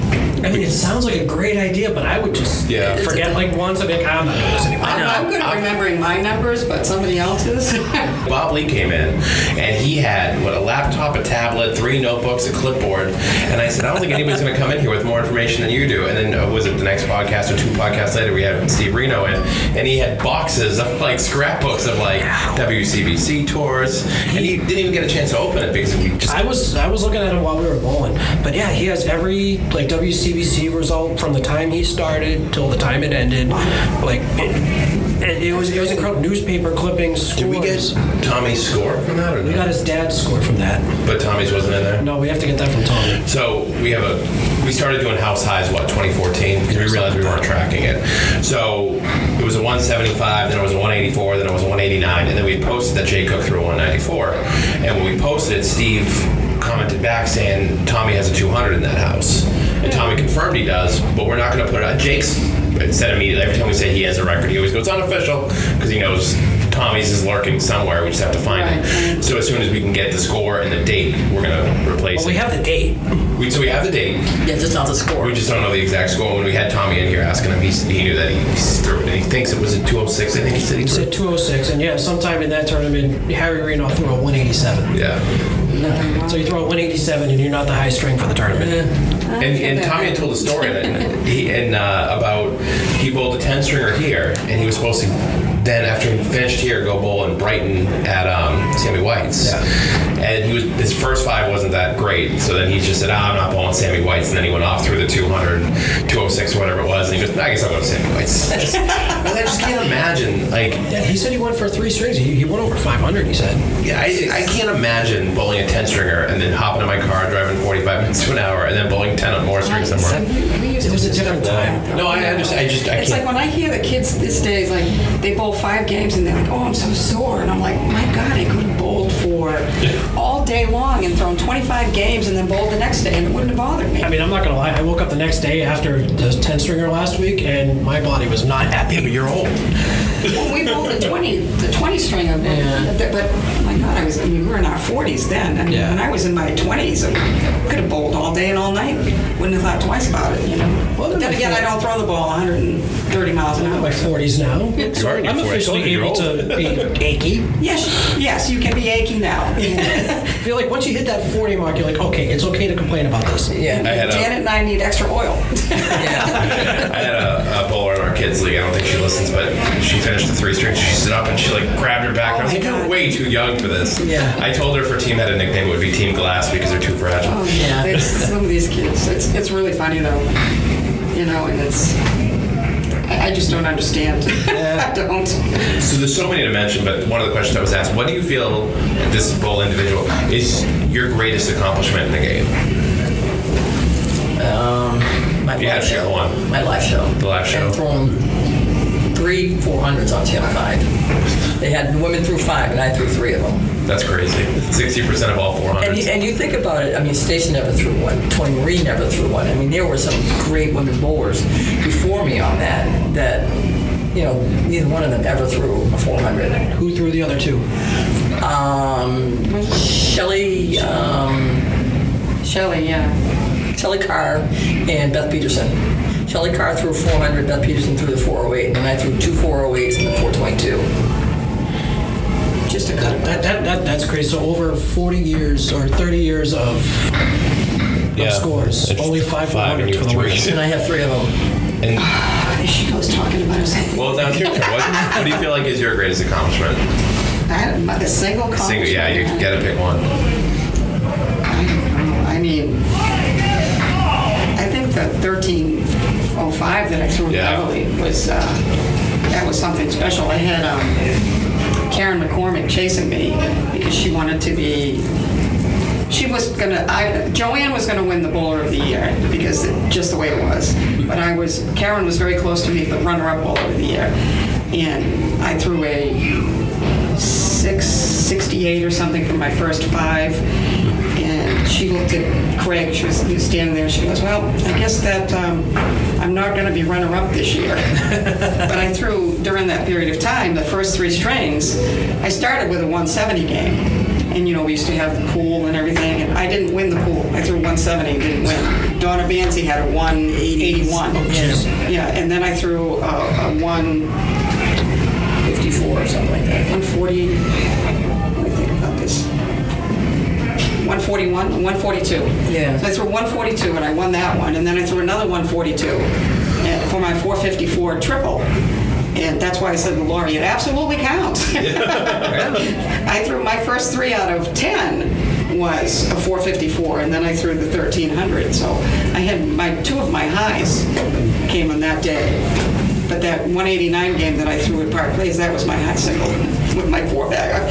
I mean, it sounds like a great idea, but I would just
Yeah.
forget like once a big. I'm not doing this anymore.
I'm, I'm good at remembering my numbers, but somebody else's.
Bob Lee came in and he had what a laptop, a tablet, three notebooks, a clipboard, and I said, I don't think anybody's going to come in here with more information than you do. And then uh, was it the next podcast or two podcasts later we had Steve Reno in, and he had boxes of like scrapbooks of like WCBC tours, and he didn't even get a chance to open it because we just
I was I was looking at him while we were bowling, but yeah, he has every like WCBC result from the time he started till the time it ended. Like it, it, it was it was incredible. Newspaper clippings, scores.
did we get Tommy's score from that or
We got
no?
his dad's score from that.
But Tommy's wasn't in there.
No, we have to get that from Tommy.
So we have a we started doing house highs what 2014 because we realized we weren't tracking it. So it was a was a 175, then it was a 184, then it was a 189, and then we posted that Jay Cook threw a 194. And when we posted it, Steve commented back saying Tommy has a 200 in that house, and Tommy confirmed he does, but we're not going to put it on Jake's. Instead, immediately every time we say he has a record, he always goes unofficial because he knows Tommy's is lurking somewhere. We just have to find it. So as soon as we can get the score and the date, we're going to replace
Well, we
it.
have the date.
we, so we have the date.
Yeah, just not the score.
We just don't know the exact score. When we had Tommy in here asking him, he, he knew that he threw it, and he thinks it was a 206. I think he said he
It's
threw
at
it.
206, and yeah, sometime in that tournament, Harry Reno threw a 187.
Yeah.
So you throw a 187, and you're not the high string for the tournament.
And, and Tommy had told a story that he, and uh, about he bowled a 10 stringer here, and he was supposed to then, after he finished here, go bowl in Brighton at um, Sammy White's.
Yeah.
And he was his first five wasn't that great, so then he just said, ah, I'm not bowling Sammy White's. And then he went off through the 200, 206, whatever it was, and he goes, I guess I'll go to Sammy White's. I just can't imagine, like,
Yeah, he said he went for three strings. He, he went over 500, he said.
Yeah, I, I can't imagine bowling a 10 stringer and then hopping in my car, driving 45 minutes to an hour, and then bowling 10 on more strings somewhere.
It
It was a different time.
No, I understand. I just, I
It's like
can't.
when I hear the kids these days, like they bowl five games and they're like, "Oh, I'm so sore," and I'm like, "My God, I could have bowled for all day long and thrown 25 games and then bowled the next day, and it wouldn't have bothered me."
I mean, I'm not gonna lie. I woke up the next day after the 10 stringer last week, and my body was not happy.
But you're old.
Well, we bowled the 20, the 20 string of them, but but, my God, I was. I mean, we were in our 40s then, and
Yeah.
when I was in my 20s, I could have bowled all day and all night. Wouldn't have thought twice about it, you know.
Well,
but then
my
again, I
fault.
don't throw the ball 130 miles an
I'm in my
hour.
40s now.
You are in your
I'm
40s.
officially
You're
able
old.
to be achy.
Yes, yes, you can be achy now.
I feel like once you hit that 40 mark, you're like, okay, it's okay to complain about this.
yeah.
I had
Janet
a,
and I need extra oil.
I had a, a bowler in our kids' league. I don't think she listens, but she finished the three strings. She stood up and she like grabbed her back. and I was
Oh
like,
my
you're
God.
way too young for this.
Yeah.
I told her if her team had a nickname, it would be Team Glass because they're too fragile.
Oh,
Yeah.
yeah. some of these kids, it's, it's really funny though, you know, and it's, I I just don't understand. I don't.
So there's so many to mention, but one of the questions I was asked: What do you feel this bowl individual is your greatest accomplishment in the game?
um, My
You had
live
to get one.
My live show.
The live show.
And throwing three 400s on Channel 5. They had women through five, and I threw three of them.
That's crazy. Sixty percent of all four
And
hundred.
you, and you think about it, I mean, Station never threw one. Tony Marie never threw one. I mean, there were some great women bowlers before me on that, that, you know, neither one of them ever threw a 400.
Who threw the other two?
Um, Shelly, um,
Shelley, yeah.
Shelly Carr and Beth Peterson. Shelly Carr threw 400, Beth Peterson threw the 408, and I threw two 408s and the 422.
Just a couple.
That, that, that, that's crazy. So over 40 years or 30 years of,
Yeah.
of scores,
It's
only five
five and
400
you
for the
three.
women.
And I have three of them.
And
She goes talking about herself.
well, down here, what, what do you feel like is your greatest accomplishment?
I had a a single call.
Single, yeah, you gotta pick one.
I mean, I think the 1305 that I threw in
Yeah.
Beverly was, uh, that was something special. I had um, Karen McCormick chasing me because she wanted to be, she was gonna, I, Joanne was gonna win the Bowler of the Year because it, just the way it was. But I was, Karen was very close to me for runner-up Bowler of the Year. And I threw a 668 or something for my first five. And she looked at Craig, she was, he was standing there, she goes, Well, I guess that um, I'm not going to be runner up this year. but I threw, during that period of time, the first three strings, I started with a 170 game. And you know, we used to have the pool and everything, and I didn't win the pool. I threw 170 and didn't win. Donna Bancy had a 181. yeah. and then I threw a, a 1.
54 or something like that.
140, let me think about this. 141, 142.
Yeah.
So I threw 142 and I won that one, and then I threw another 142 and- for my 454 triple. And that's why I said to Laurie, it absolutely counts. I threw my first three out of 10 was a 454, and then I threw the 1300. So I had my two of my highs came on that day. But that 189 game that I threw at Park Place, that was my high single with my four bagger.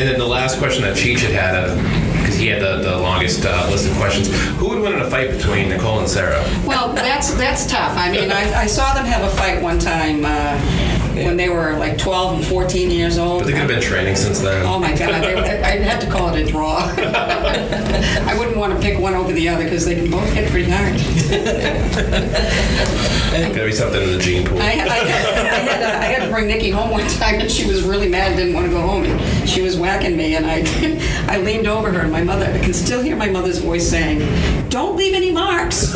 And then the last question that Cheech had had, because he had the, the longest uh, list of questions. Who would win in a fight between Nicole and Sarah?
Well, that's that's tough. I mean, I, I saw them have a fight one time uh, when they were like 12 and 14 years old.
But they could have been training since then.
Oh my God! They, I'd have to call it a draw. I wouldn't want to pick one over the other because they can both hit pretty hard.
Could be something in the gene pool.
I, I, I, had, uh, I had to bring Nikki home one time, and she was really mad, didn't want to go home, and she was whacking me, and I, I leaned over her, and my mother, I can still hear my mother's voice saying, "Don't leave any marks."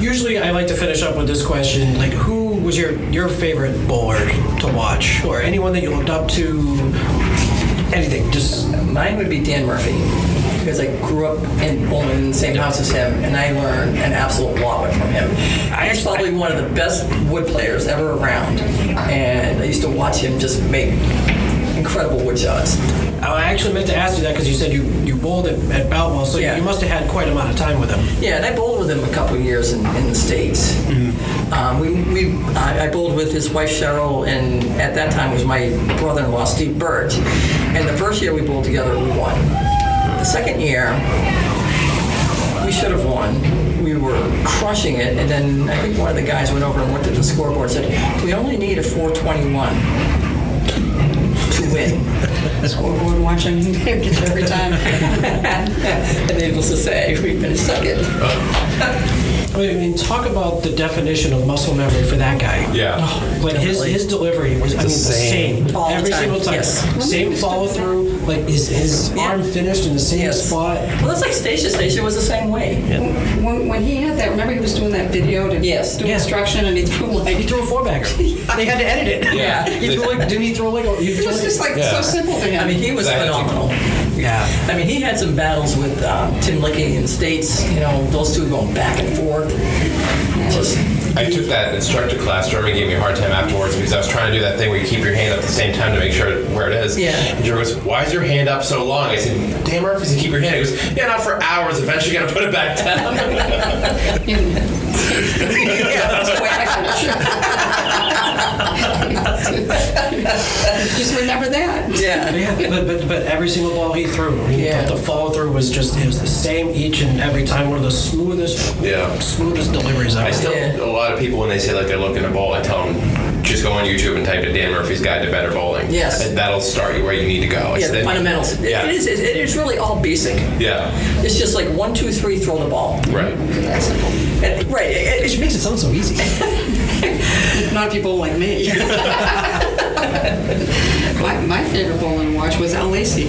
Usually, I like to finish up with this question: like, who was your your favorite bowler to watch, or anyone that you looked up to? Anything, just
Mine would be Dan Murphy because I grew up in Pullman, in the same house as him, and I learned an absolute lot from him. He's probably one of the best wood players ever around, and I used to watch him just make incredible wood shots.
I actually meant to ask you that because you said you you bowled at, at Boutwell, so
Yeah.
you must have had quite amount of time with him.
Yeah, and I bowled with him a couple of years in, in the States. Um, we, we, I, I bowled with his wife Cheryl, and at that time was my brother in law Steve Birch. And the first year we bowled together, we won. The second year, we should have won. We were crushing it, and then I think one of the guys went over and looked at the scoreboard and said, We only need a 421 to win.
Scoreboard watching every time.
and needless to say, we finished second.
I mean, I mean, talk about the definition of muscle memory for that guy.
Yeah.
Like his, his delivery was I mean, the
same.
same,
All the
every
time,
single time.
yes.
Same follow through. Like his his
Yeah.
arm finished in the same
Yes.
spot.
Well, that's like Stacia. Stacia was the same way.
When, when he had that, remember he was doing that video to
Yes.
do
Yeah.
instruction, and he threw
He
like.
threw a four bagger. they had to edit it.
Yeah.
He threw like didn't he throw like a he
It
threw
was
like-
just like
Yeah.
so simple to him.
I mean, he was
Exactly.
phenomenal.
yeah.
I mean, he had some battles with um, Tim Lickey in the States. You know, those two going back and forth. Just,
I took that instructor class. Jeremy gave me a hard time afterwards because I was trying to do that thing where you keep your hand up at the same time to make sure where it is.
Yeah.
And Jeremy goes, "Why is your hand up so long?" I said, "Damn, Murphy, said, keep your hand." He goes, "Yeah, not for hours. Eventually, you gotta put it back down."
just remember that.
yeah.
Yeah, but, but but every single ball he threw, I mean,
Yeah.
the follow through was just it was the same each and every time. One of the smoothest,
Yeah.
smoothest deliveries
I
ever.
still
Yeah.
a lot of people when they say like they're looking at bowl, I tell them just go on YouTube and type in Dan Murphy's Guide to Better Bowling.
Yes.
And that'll start you where you need to go. I
Yeah,
said,
the fundamentals. It-
Yeah.
It is. It, it is really all basic.
Yeah.
It's just like one, two, three, throw the ball.
Right.
That's simple.
And- right. It,
It
it,
makes it sound so easy.
Not people like me. my, my favorite bowling watch was Al Lacey.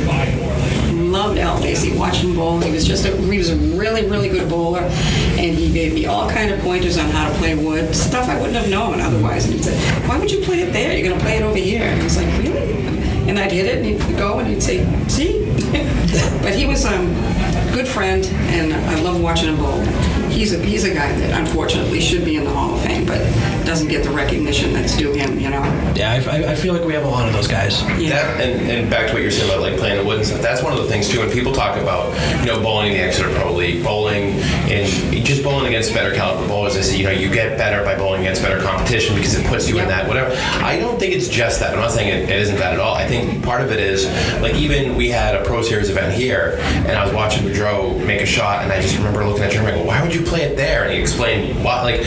Loved Al Lacey watching bowl. He was just a, he was a really really good bowler, and he gave me all kind of pointers on how to play wood stuff I wouldn't have known otherwise. And he'd say, "Why would you play it there? You're gonna play it over here." And I was like, "Really?" And I'd hit it, and he'd go, and he'd say, "See." but he was um, a good friend, and I love watching him bowl. He's a he's a guy that unfortunately should be in the Hall of Fame, but doesn't get the recognition that's due him. You know.
yeah, I, I- I feel like we have a lot of those guys.
That, and, and back to what you're saying about like playing the wood and stuff. That's one of the things too. When people talk about you know bowling in the Exeter Pro League, bowling and just bowling against better caliber bowlers, they say you know you get better by bowling against better competition because it puts you in that whatever. I don't think it's just that. I'm not saying it, it isn't that at all. I think part of it is like even we had a pro series event here, and I was watching Boudreaux make a shot, and I just remember looking at Jeremy, and go, why would you play it there? And he explained why, like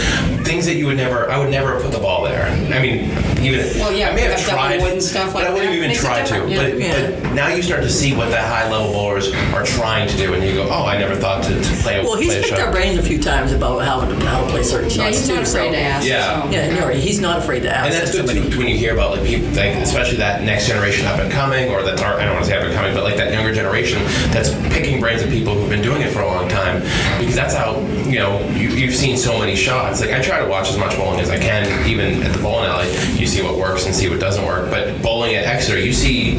things that you would never. I would never have put the ball there. I mean, even
Well, yeah,
I may have
I've done
tried
wood and stuff like
but I wouldn't
that.
even
Makes it
try to.
different, yeah.
But,
Yeah.
but now you start to see what the high level bowlers are trying to do, and you go, oh, I never thought to, to play a
well, he's
play a
picked our
shot.
brains a few times about how to, how to play certain
Yeah,
shots
he's not
too. so-
afraid to ask.
Yeah.
so-
Yeah, no, he's not afraid to ask.
And that's good too when you hear about like people, like, especially that next generation up and coming, or that aren't, I don't want to say up and coming, but like that younger generation that's picking brains of people who've been doing it for a long time, because that's how you know you, you've seen so many shots. Like I try to watch as much bowling as I can, even at the bowling alley. You see what works and see what doesn't work. But bowling at Exeter, you see,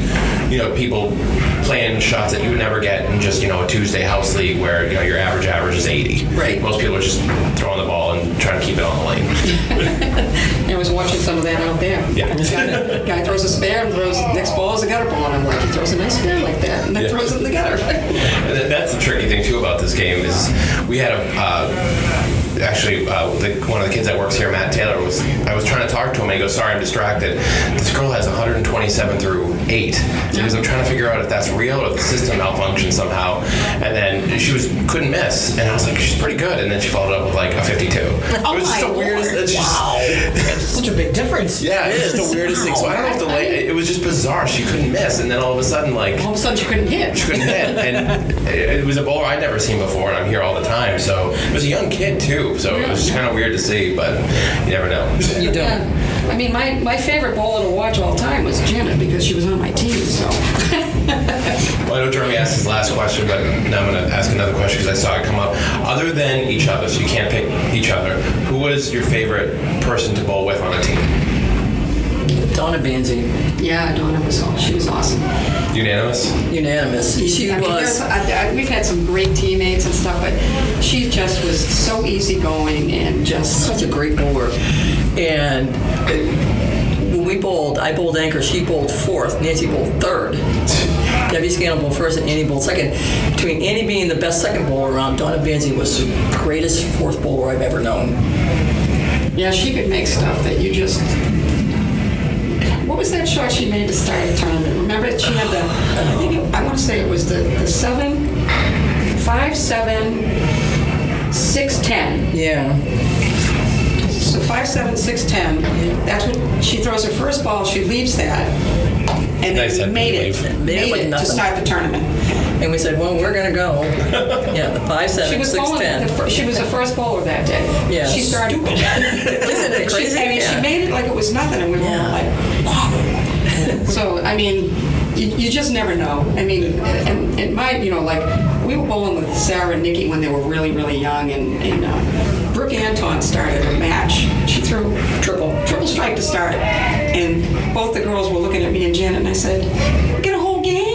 you know, people playing shots that you would never get in just you know a Tuesday house league where you know your average average is 80.
Right.
Most people are just throwing the ball and trying to keep it on the lane.
I was watching some of that out there.
Yeah.
Guy, guy throws a spare and throws next ball is a gutter ball, and I'm like, he throws a nice spare like that, and then
Yeah.
throws it in the gutter.
And that- That's the tricky thing too about this game is we had a uh, actually actually uh, the, one of the kids that works here, Matt Taylor, was I was trying to talk to him and he goes, "Sorry, I'm distracted." This girl has 127 through eight. He goes, "I'm trying to figure out if that's real or if the system malfunctioned somehow." And then she was couldn't miss, and I was like, "She's pretty good." And then she followed up with like a 52. it
Oh
was
my
just the
Lord.
weirdest. It's just,
It's such a big difference.
yeah, it's just the weirdest thing. So I don't know if the late. It was just bizarre. She couldn't miss, and then all of a sudden, like
All of a sudden, she couldn't hit.
couldn't hit, and it it was a bowler I'd never seen before, and I'm here all the time. So it was a young kid too, so it was just kind of weird to see, but you never know.
You do.
Yeah. I mean, my, my favorite bowler to watch all time was Jenna because she was on my team. So
Well, I know Jeremy asked his last question, but now I'm going to ask another question because I saw it come up. Other than each other, so you can't pick each other. Who was your favorite person to bowl with on a team?
Donna Banzi,
yeah, Donna was all, she was awesome.
Unanimous.
unanimous. She
I mean, there's-
was.
I, I, we've had some great teammates and stuff, but she just was so easygoing and just
such a great bowler. And uh, when we bowled, I bowled anchor, she bowled fourth, Nancy bowled third. Debbie Scanlon bowled first and Annie bowled second. Between Annie being the best second bowler around, Donna Banzi was the greatest fourth bowler I've ever known.
Yeah, she could make stuff that you just. What was that shot she made to start the tournament? Remember, that she had the. I think it, I want to say it was the, the seven, five seven, six ten.
Yeah.
So five seven six ten. That's when she throws her first ball. She leaves that, and
Nice, I
then made it,
believe.
Made it
made
with
it to
nothing.
start the tournament.
And we said, well, we're going to go. Yeah, the five, seven,
She was
six,
bowling
ten.
the fir- she was the first bowler that day.
Yeah.
She started.
Isn't it
She,
crazy?
I mean,
Yeah.
she made it like it was nothing, and we were all
Yeah.
like, wow. so, I mean, you, you just never know. I mean, and, and my, you know, like, we were bowling with Sarah and Nikki when they were really, really young, and, and uh, Brooke Anton started a match. She threw triple, triple strike to start. And both the girls were looking at me and Janet, and I said, get a whole game.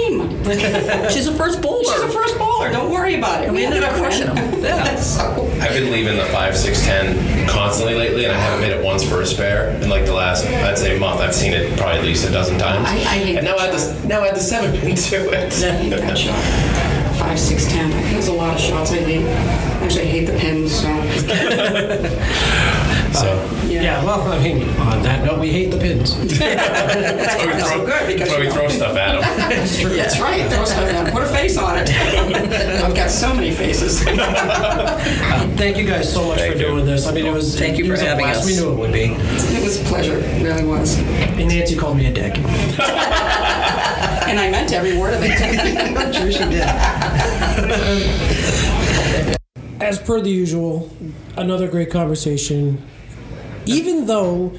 She's the first bowler.
She's the first bowler. Don't worry about it.
We ended up crushing
winning.
them. Yeah.
so,
I've been leaving the five, six, ten constantly lately, and I haven't made it once for a spare in like the last, I'd say, month. I've seen it probably at least a dozen times.
I- I hate
and now I
that
had
shot.
the now I had the seven pin to it.
I hate that shot. Five, six, ten. There's a lot of shots I hate. Actually, I hate the pins, so.
So
Yeah, well, I mean, on that note, we hate the pins.
that's why we
That's
throw,
so good
that's
because
why we throw stuff at them.
That's true. That's right. Throw stuff down. Put a face on it. I've got so many faces.
Thank you guys so much
Thank
for
you.
doing this. I mean, it was
Thank you
it
for
was a
having
blast.
us.
We knew it would be.
It was a pleasure. It really was.
And Nancy called me a dick.
And I meant every word of it.
Sure she did. As per the usual, another great conversation. Even though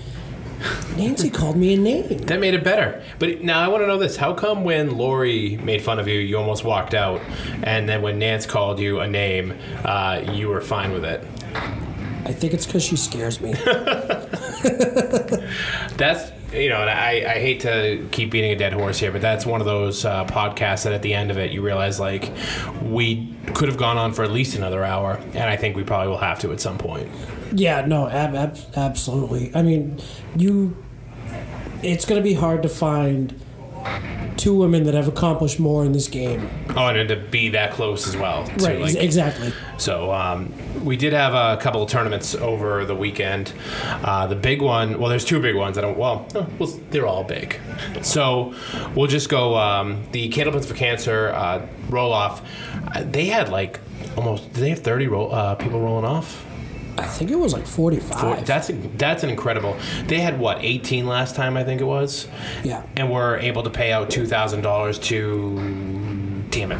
Nancy called me a name.
That made it better. But now I want to know this: How come when Lori made fun of you, you almost walked out, and then when Nance called you a name, uh, you were fine with it?
I think it's because she scares me.
That's you know, and I, I hate to keep beating a dead horse here, but that's one of those uh, podcasts that at the end of it you realize like we could have gone on for at least another hour, and I think we probably will have to at some point.
Yeah, no, ab- ab- absolutely. I mean, you. It's going to be hard to find two women that have accomplished more in this game.
Oh, and to be that close as well. to,
Right, ex-
like-
exactly.
So um, we did have a couple of tournaments over the weekend. Uh, the big one, well, there's two big ones. I don't. Well, no, well they're all big. So we'll just go um, the Candlepins for Cancer uh, roll off. Uh, they had like almost. Did they have 30 roll, uh, people rolling off?
I think it was like 45.
Boy, that's that's an incredible. They had what 18 last time I think it was.
Yeah.
And were able to pay out two thousand dollars to. Damn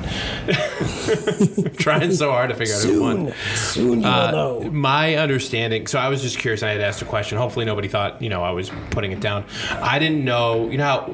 it! Trying so hard to figure out who won.
soon, soon you
Uh,
will know.
My understanding. So I was just curious. and I had asked a question. Hopefully, nobody thought you know I was putting it down. I didn't know. You know how.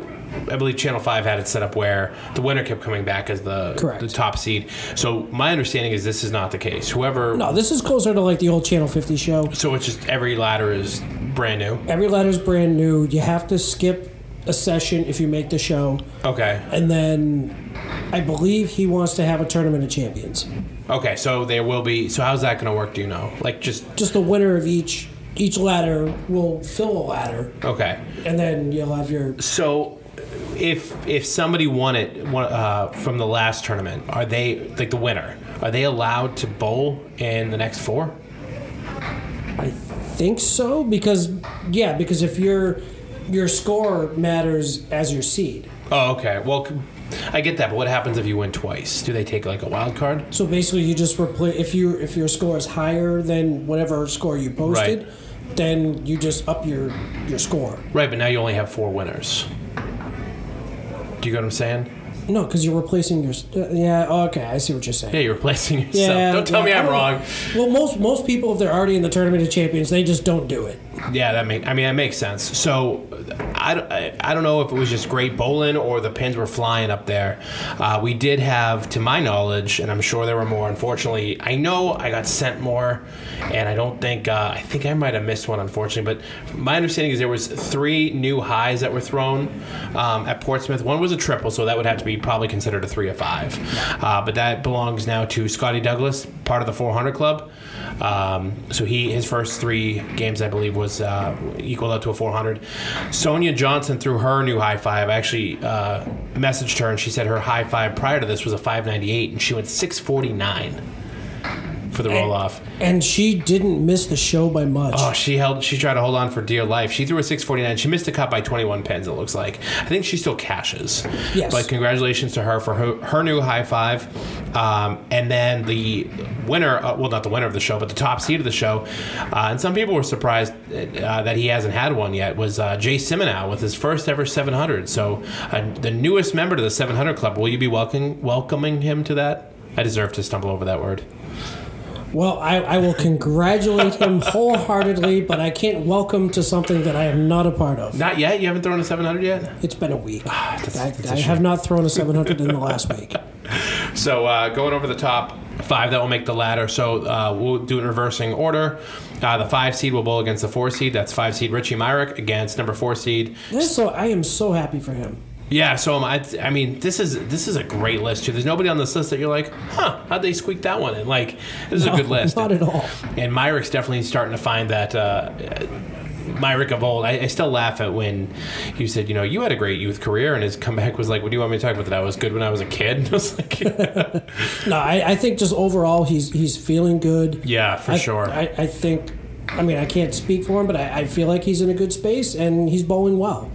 I believe Channel Five had it set up where the winner kept coming back as the
Correct.
the top seed. So my understanding is this is not the case. Whoever
No, this is closer to like the old Channel 50 show.
so it's just every ladder is brand new.
Every letter's brand new. You have to skip a session if you make the show.
Okay.
And then I believe he wants to have a tournament of champions.
Okay. So there will be. So how's that going to work? Do you know? Like just
Just the winner of each each ladder will fill a ladder
okay.
and then you'll have your
So if if somebody won it won, uh, from the last tournament, are they like the winner? Are they allowed to bowl in the next four?
think so because yeah, because if your your score matters as your seed.
Oh, okay. Well, c- I get that, but what happens if you win twice? Do they take like a wild card?
So basically, you just replace if you if your score is higher than whatever score you posted, then you just up your your score.
Right, but now you only have four winners. Do you get what I'm saying?
No, because you're replacing your. st- Yeah, okay, I see what you're saying.
Yeah, you're replacing yourself. don't tell me
yeah, I
I'm
don't-
wrong.
Well, most most people, if they're already in the tournament of champions, they just don't do it.
Yeah, that make. I mean, that makes sense. So, I, d- I- I don't know if it was just great bowling or the pins were flying up there. Uh, we did have, to my knowledge, and I'm sure there were more. Unfortunately, I know I got sent more, and I don't think uh, I think I might have missed one. Unfortunately, but my understanding is there was three new highs that were thrown um, at Portsmouth. One was a triple, so that would have to be probably considered a three or five. Uh, but that belongs now to Scotty Douglas, part of the 400 Club. Um, so he his first three games, I believe, was uh, equal up to a 400. Sonia Johnson threw her new high five. I actually uh, messaged her, and she said her high five prior to this was a 598, and she went 649 for the roll off.
And she didn't miss the show by much.
Oh, she held. She tried to hold on for dear life. She threw a 649. She missed a cut by 21 pins. It looks like. I think she still cashes.
Yes.
But congratulations to her for her, her new high five. Um, and then the winner, uh, well, not the winner of the show, but the top seed of the show, uh, and some people were surprised uh, that he hasn't had one yet, was uh, Jay Simonow with his first ever 700. So uh, the newest member to the 700 Club. Will you be welcoming welcoming him to that? I deserve to stumble over that word.
Well, I, I will congratulate him wholeheartedly, but I can't welcome to something that I am not a part of.
Not yet. You haven't thrown a 700 yet.
It's been a week. I,
Ah, that's a
I have not thrown a 700 in the last week.
So uh, going over the top five that will make the ladder. So uh, we'll do it in reversing order. Uh, the five seed will bowl against the four seed. That's five seed Richie Myrick against number four seed.
This- So I am so happy for him.
Yeah. So um, I, I mean, this is this is a great list too. There's nobody on this list that you're like, huh? How'd they squeak that one in? Like, this is a good list.
Not at all.
And Myrick's definitely starting to find that. Uh, Myrick of old, I, I still laugh at when you said, you know, you had a great youth career, and his comeback was like, "What do you want me to talk about? That I was good when I was a kid." I was like,
No, I, I think just overall he's he's feeling good.
"Yeah, for
I,
sure."
I, I think, I mean, I can't speak for him, but I, I feel like he's in a good space and he's bowling well.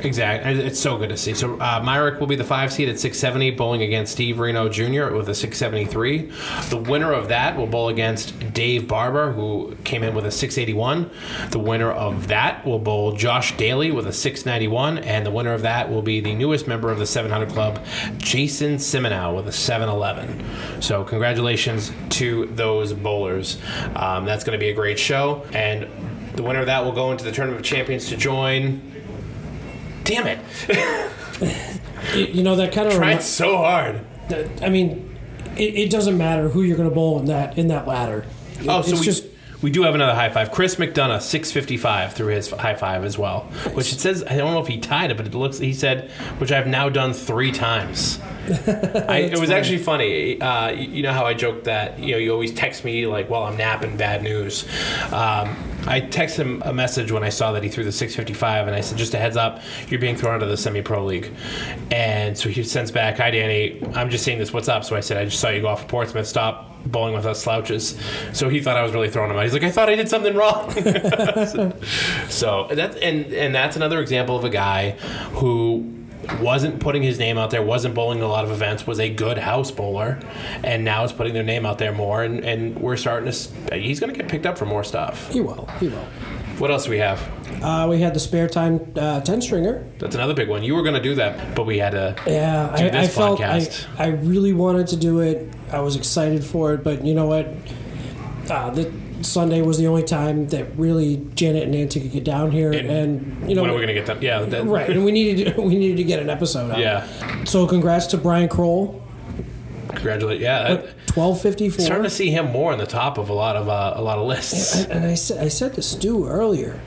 Exactly. It- It's so good to see. So uh, Myrick will be the five seed at 670, bowling against Steve Reno Jr. with a 673. The winner of that will bowl against Dave Barber, who came in with a 681. The winner of that will bowl Josh Daly with a 691. And the winner of that will be the newest member of the 700 Club, Jason Simonow, with a 711. So congratulations to those bowlers. Um, that's going to be a great show. And the winner of that will go into the Tournament of Champions to join. Damn it.
You, you know, that kind of.
Tried so hard.
I mean, it, it doesn't matter who you're going to bowl in that in that ladder. It-
Oh,
it's
so we,
just
we do have another high five. Chris McDonough, six fifty five, through his high five as well. Which it says I don't know if he tied it, but it looks he said which I've now done three times. I, it was actually funny. Uh, you you know how I joked that you know you always text me like while I'm napping, bad news. Um, I texted him a message when I saw that he threw the 655, and I said, "Just a heads up, you're being thrown out of the semi-pro league." And so he sends back, "Hi Danny, I'm just seeing this. What's up?" So I said, "I just saw you go off of Portsmouth. Stop bowling with us slouches." So he thought I was really throwing him out. He's like, "I thought I did something wrong." So that's and and that's another example of a guy who wasn't putting his name out there, wasn't bowling a lot of events, was a good house bowler, and now is putting their name out there more. And, and we're starting to. s- He's going to get picked up for more stuff.
he will, he will.
What else do we have?
Uh, we had the spare time uh, ten stringer.
That's another big one. You were going to do that, but we had to.
Yeah,
Do
I, I
this
felt I,
podcast.
I really wanted to do it. I was excited for it, but you know what? Uh, the Sunday was the only time that really Janet and Nancy could get down here, and, you know
when are we going to get them? Yeah, that,
right, and we needed we needed to get an episode out.
Yeah,
So congrats to Brian Kroll,
congratulate. Yeah, that-
twelve fifty
starting
four.
to see him more on the top of a lot of uh, a lot of lists.
And I said I said to Stu earlier,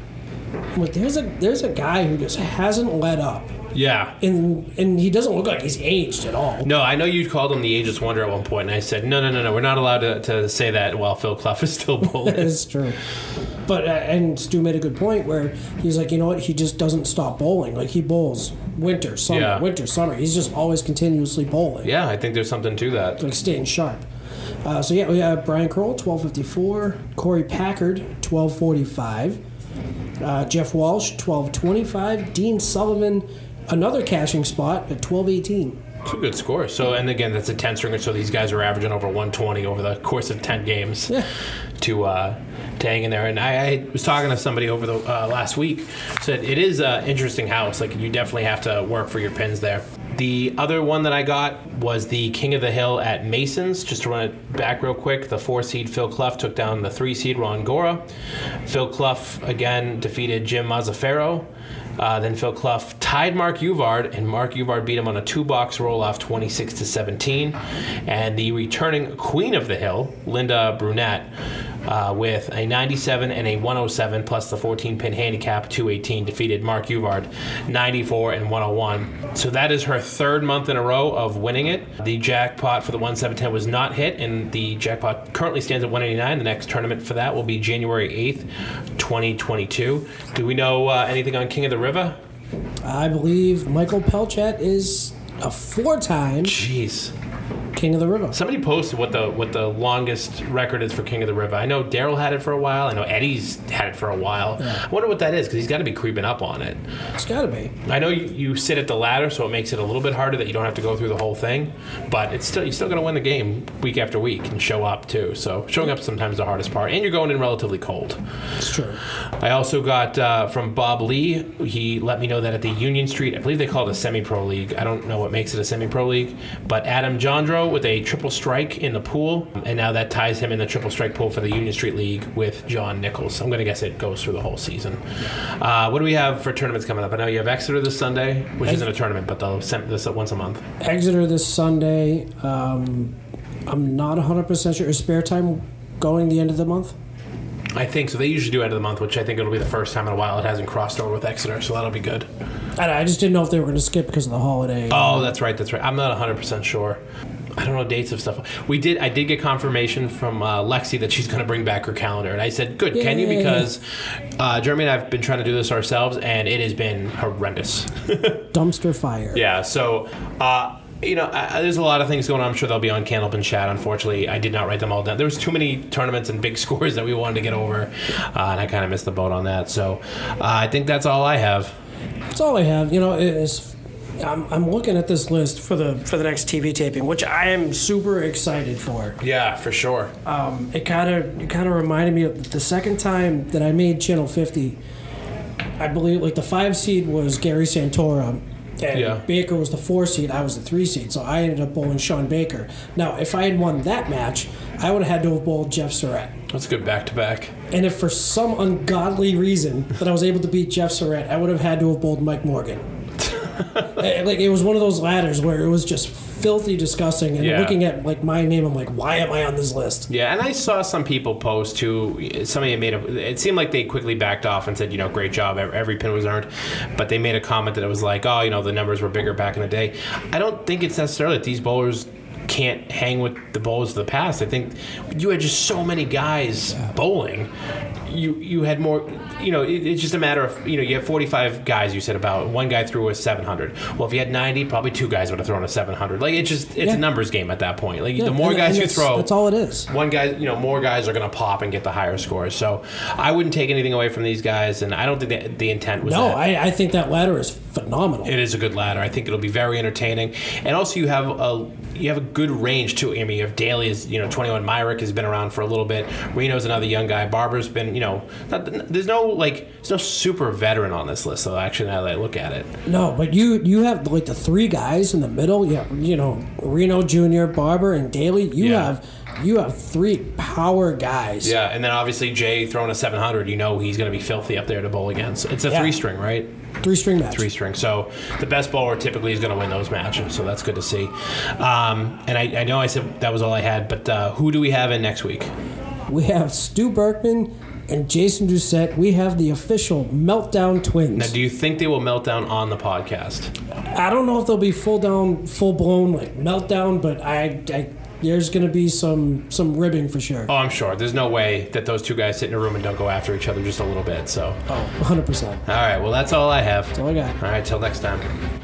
but there's a there's a guy who just hasn't let up,
Yeah,
and and he doesn't look like he's aged at all.
No, I know you called him the ageless wonder at one point, and I said, no, no, no, no, we're not allowed to, to say that while Phil Clough is still bowling.
It's true. But uh, and Stu made a good point where he's like, you know what? He just doesn't stop bowling. Like he bowls winter, summer,
Yeah.
winter, summer. He's just always continuously bowling.
yeah, I think there's something to that.
Like staying sharp. Uh, so yeah, we have Brian Kroll, twelve fifty four. Corey Packard, twelve forty five. Uh, Jeff Walsh, twelve twenty five. Dean Sullivan, another cashing spot at twelve eighteen.
Two good scores. So, and again, that's a 10 stringer. So these guys are averaging over 120 over the course of 10 games
Yeah.
to, uh, to hang in there. And I, I was talking to somebody over the uh, last week, said it is an interesting house. Like, you definitely have to work for your pins there. The other one that I got was the King of the Hill at Masons. Just to run it back real quick, the four seed Phil Clough took down the three seed Ron Gora. Phil Clough again defeated Jim Mazzaferro. Uh, then Phil Clough tied Mark Uvard, and Mark Uvard beat him on a two-box roll-off, 26 to 17. And the returning queen of the hill, Linda Brunette, uh, with a 97 and a 107 plus the 14-pin handicap, 218, defeated Mark Uvard, 94 and 101. So that is her third month in a row of winning it. The jackpot for the 1710 was not hit, and the jackpot currently stands at 189. The next tournament for that will be January 8th, 2022. Do we know uh, anything on King of the River?
I believe Michael Pelchat is a four time
Jeez.
King of the River.
Somebody posted what the what the longest record is for King of the River. I know Daryl had it for a while. I know Eddie's had it for a while. I wonder what that is because he's got to be creeping up on it.
It's got to be.
I know you, you sit at the ladder, so it makes it a little bit harder that you don't have to go through the whole thing. But it's still you're still going to win the game week after week and show up too. So showing up sometimes the hardest part, and you're going in relatively cold.
It's true.
I also got uh, from Bob Lee. He let me know that at the Union Street, I believe they call it a semi-pro league. I don't know what makes it a semi-pro league, but Adam Jandro with a triple strike in the pool, and now that ties him in the triple strike pool for the Union Street League with John Nichols. I'm gonna guess it goes through the whole season. Uh, what do we have for tournaments coming up? I know you have Exeter this Sunday, which isn't a tournament, but they'll send this once a month.
Exeter this Sunday. Um, I'm not 100% sure. Is spare time going the end of the month?
I think so. They usually do end of the month, which I think it'll be the first time in a while it hasn't crossed over with Exeter, so that'll be good.
I, don't- I just didn't know if they were going to skip because of the holiday.
Oh, that's right. That's right. I'm not 100% sure. I don't know dates of stuff. We did. I did get confirmation from uh, Lexi that she's going to bring back her calendar, and I said, "Good, can you?"
Yay.
Because uh, Jeremy and I've been trying to do this ourselves, and it has been horrendous.
Dumpster fire.
Yeah. So, uh, you know, I, I- there's a lot of things going on. I'm sure they'll be on Candlepin Chat. Unfortunately, I did not write them all down. There was too many tournaments and big scores that we wanted to get over, uh, and I kind of missed the boat on that. So, uh, I think that's all I have.
That's all I have. You know, it is. I'm, I'm looking at this list for the for the next TV taping, which I am super excited for.
Yeah, for sure.
Um, it kind of it kind of reminded me of the second time that I made Channel 50. I believe like the five seed was Gary Santorum, and
Yeah.
Baker was the four seed. I was the three seed, so I ended up bowling Sean Baker. Now, if I had won that match, I would have had to have bowled Jeff Surratt.
That's good back to back.
And if for some ungodly reason that I was able to beat Jeff Surratt, I would have had to have bowled Mike Morgan. Eh, like it was one of those ladders where it was just filthy disgusting. And
Yeah.
looking at like my name, I'm like, why am I on this list?
Yeah, and I saw some people post too. Somebody made a. It seemed like they quickly backed off and said, you know, great job, ev- every pin was earned. But they made a comment that it was like, oh, you know, the numbers were bigger back in the day. I don't think it's necessarily that these bowlers can't hang with the bowlers of the past. I think you had just so many guys bowling. You you had more. You know, it, it's just a matter of you know you have 45 guys. You said about one guy threw a 700. Well, if you had 90, probably two guys would have thrown a 700. Like it's just it's
Yeah.
a numbers game at that point. Like the
Yeah,
more
and-
guys
and
you
that's-
throw,
That's all it is.
one guy, you know, more guys are going to pop and get the higher scores. So I wouldn't take anything away from these guys, and I don't think that the intent was
No,
that.
Oh, I, I think that ladder is phenomenal.
it is a good ladder. I think it'll be very entertaining, and also you have a you have a good range too. I mean, you have Daly is you know twenty one. Myrick has been around for a little bit. Reno's another young guy. Barber's been you know not, there's no like there's no super veteran on this list. So actually, now that I look at it,
No, but you you have like the three guys in the middle. Yeah, you know Reno Jr., Barber, and Daly. You
Yeah.
have you have three power guys.
yeah, and then obviously Jay throwing a seven hundred. You know he's going to be filthy up there to bowl against. It's a
Yeah.
three string, right?
three string match.
three string. So the best bowler typically is going to win those matches. So that's good to see. Um, and I, I know I said that was all I had, but uh, who do we have in next week?
We have Stu Berkman and Jason Doucette. We have the official meltdown
Now,
twins.
do you think they will melt down on the podcast?
I don't know if they'll be full down, full blown like meltdown, but I, I there's gonna be some some ribbing for sure.
Oh, I'm sure. There's no way that those two guys sit in a room and don't go after each other just a little bit. So, all
One hundred percent.
right. Well, Oh. that's all I have.
all I got.
All right. Till next time.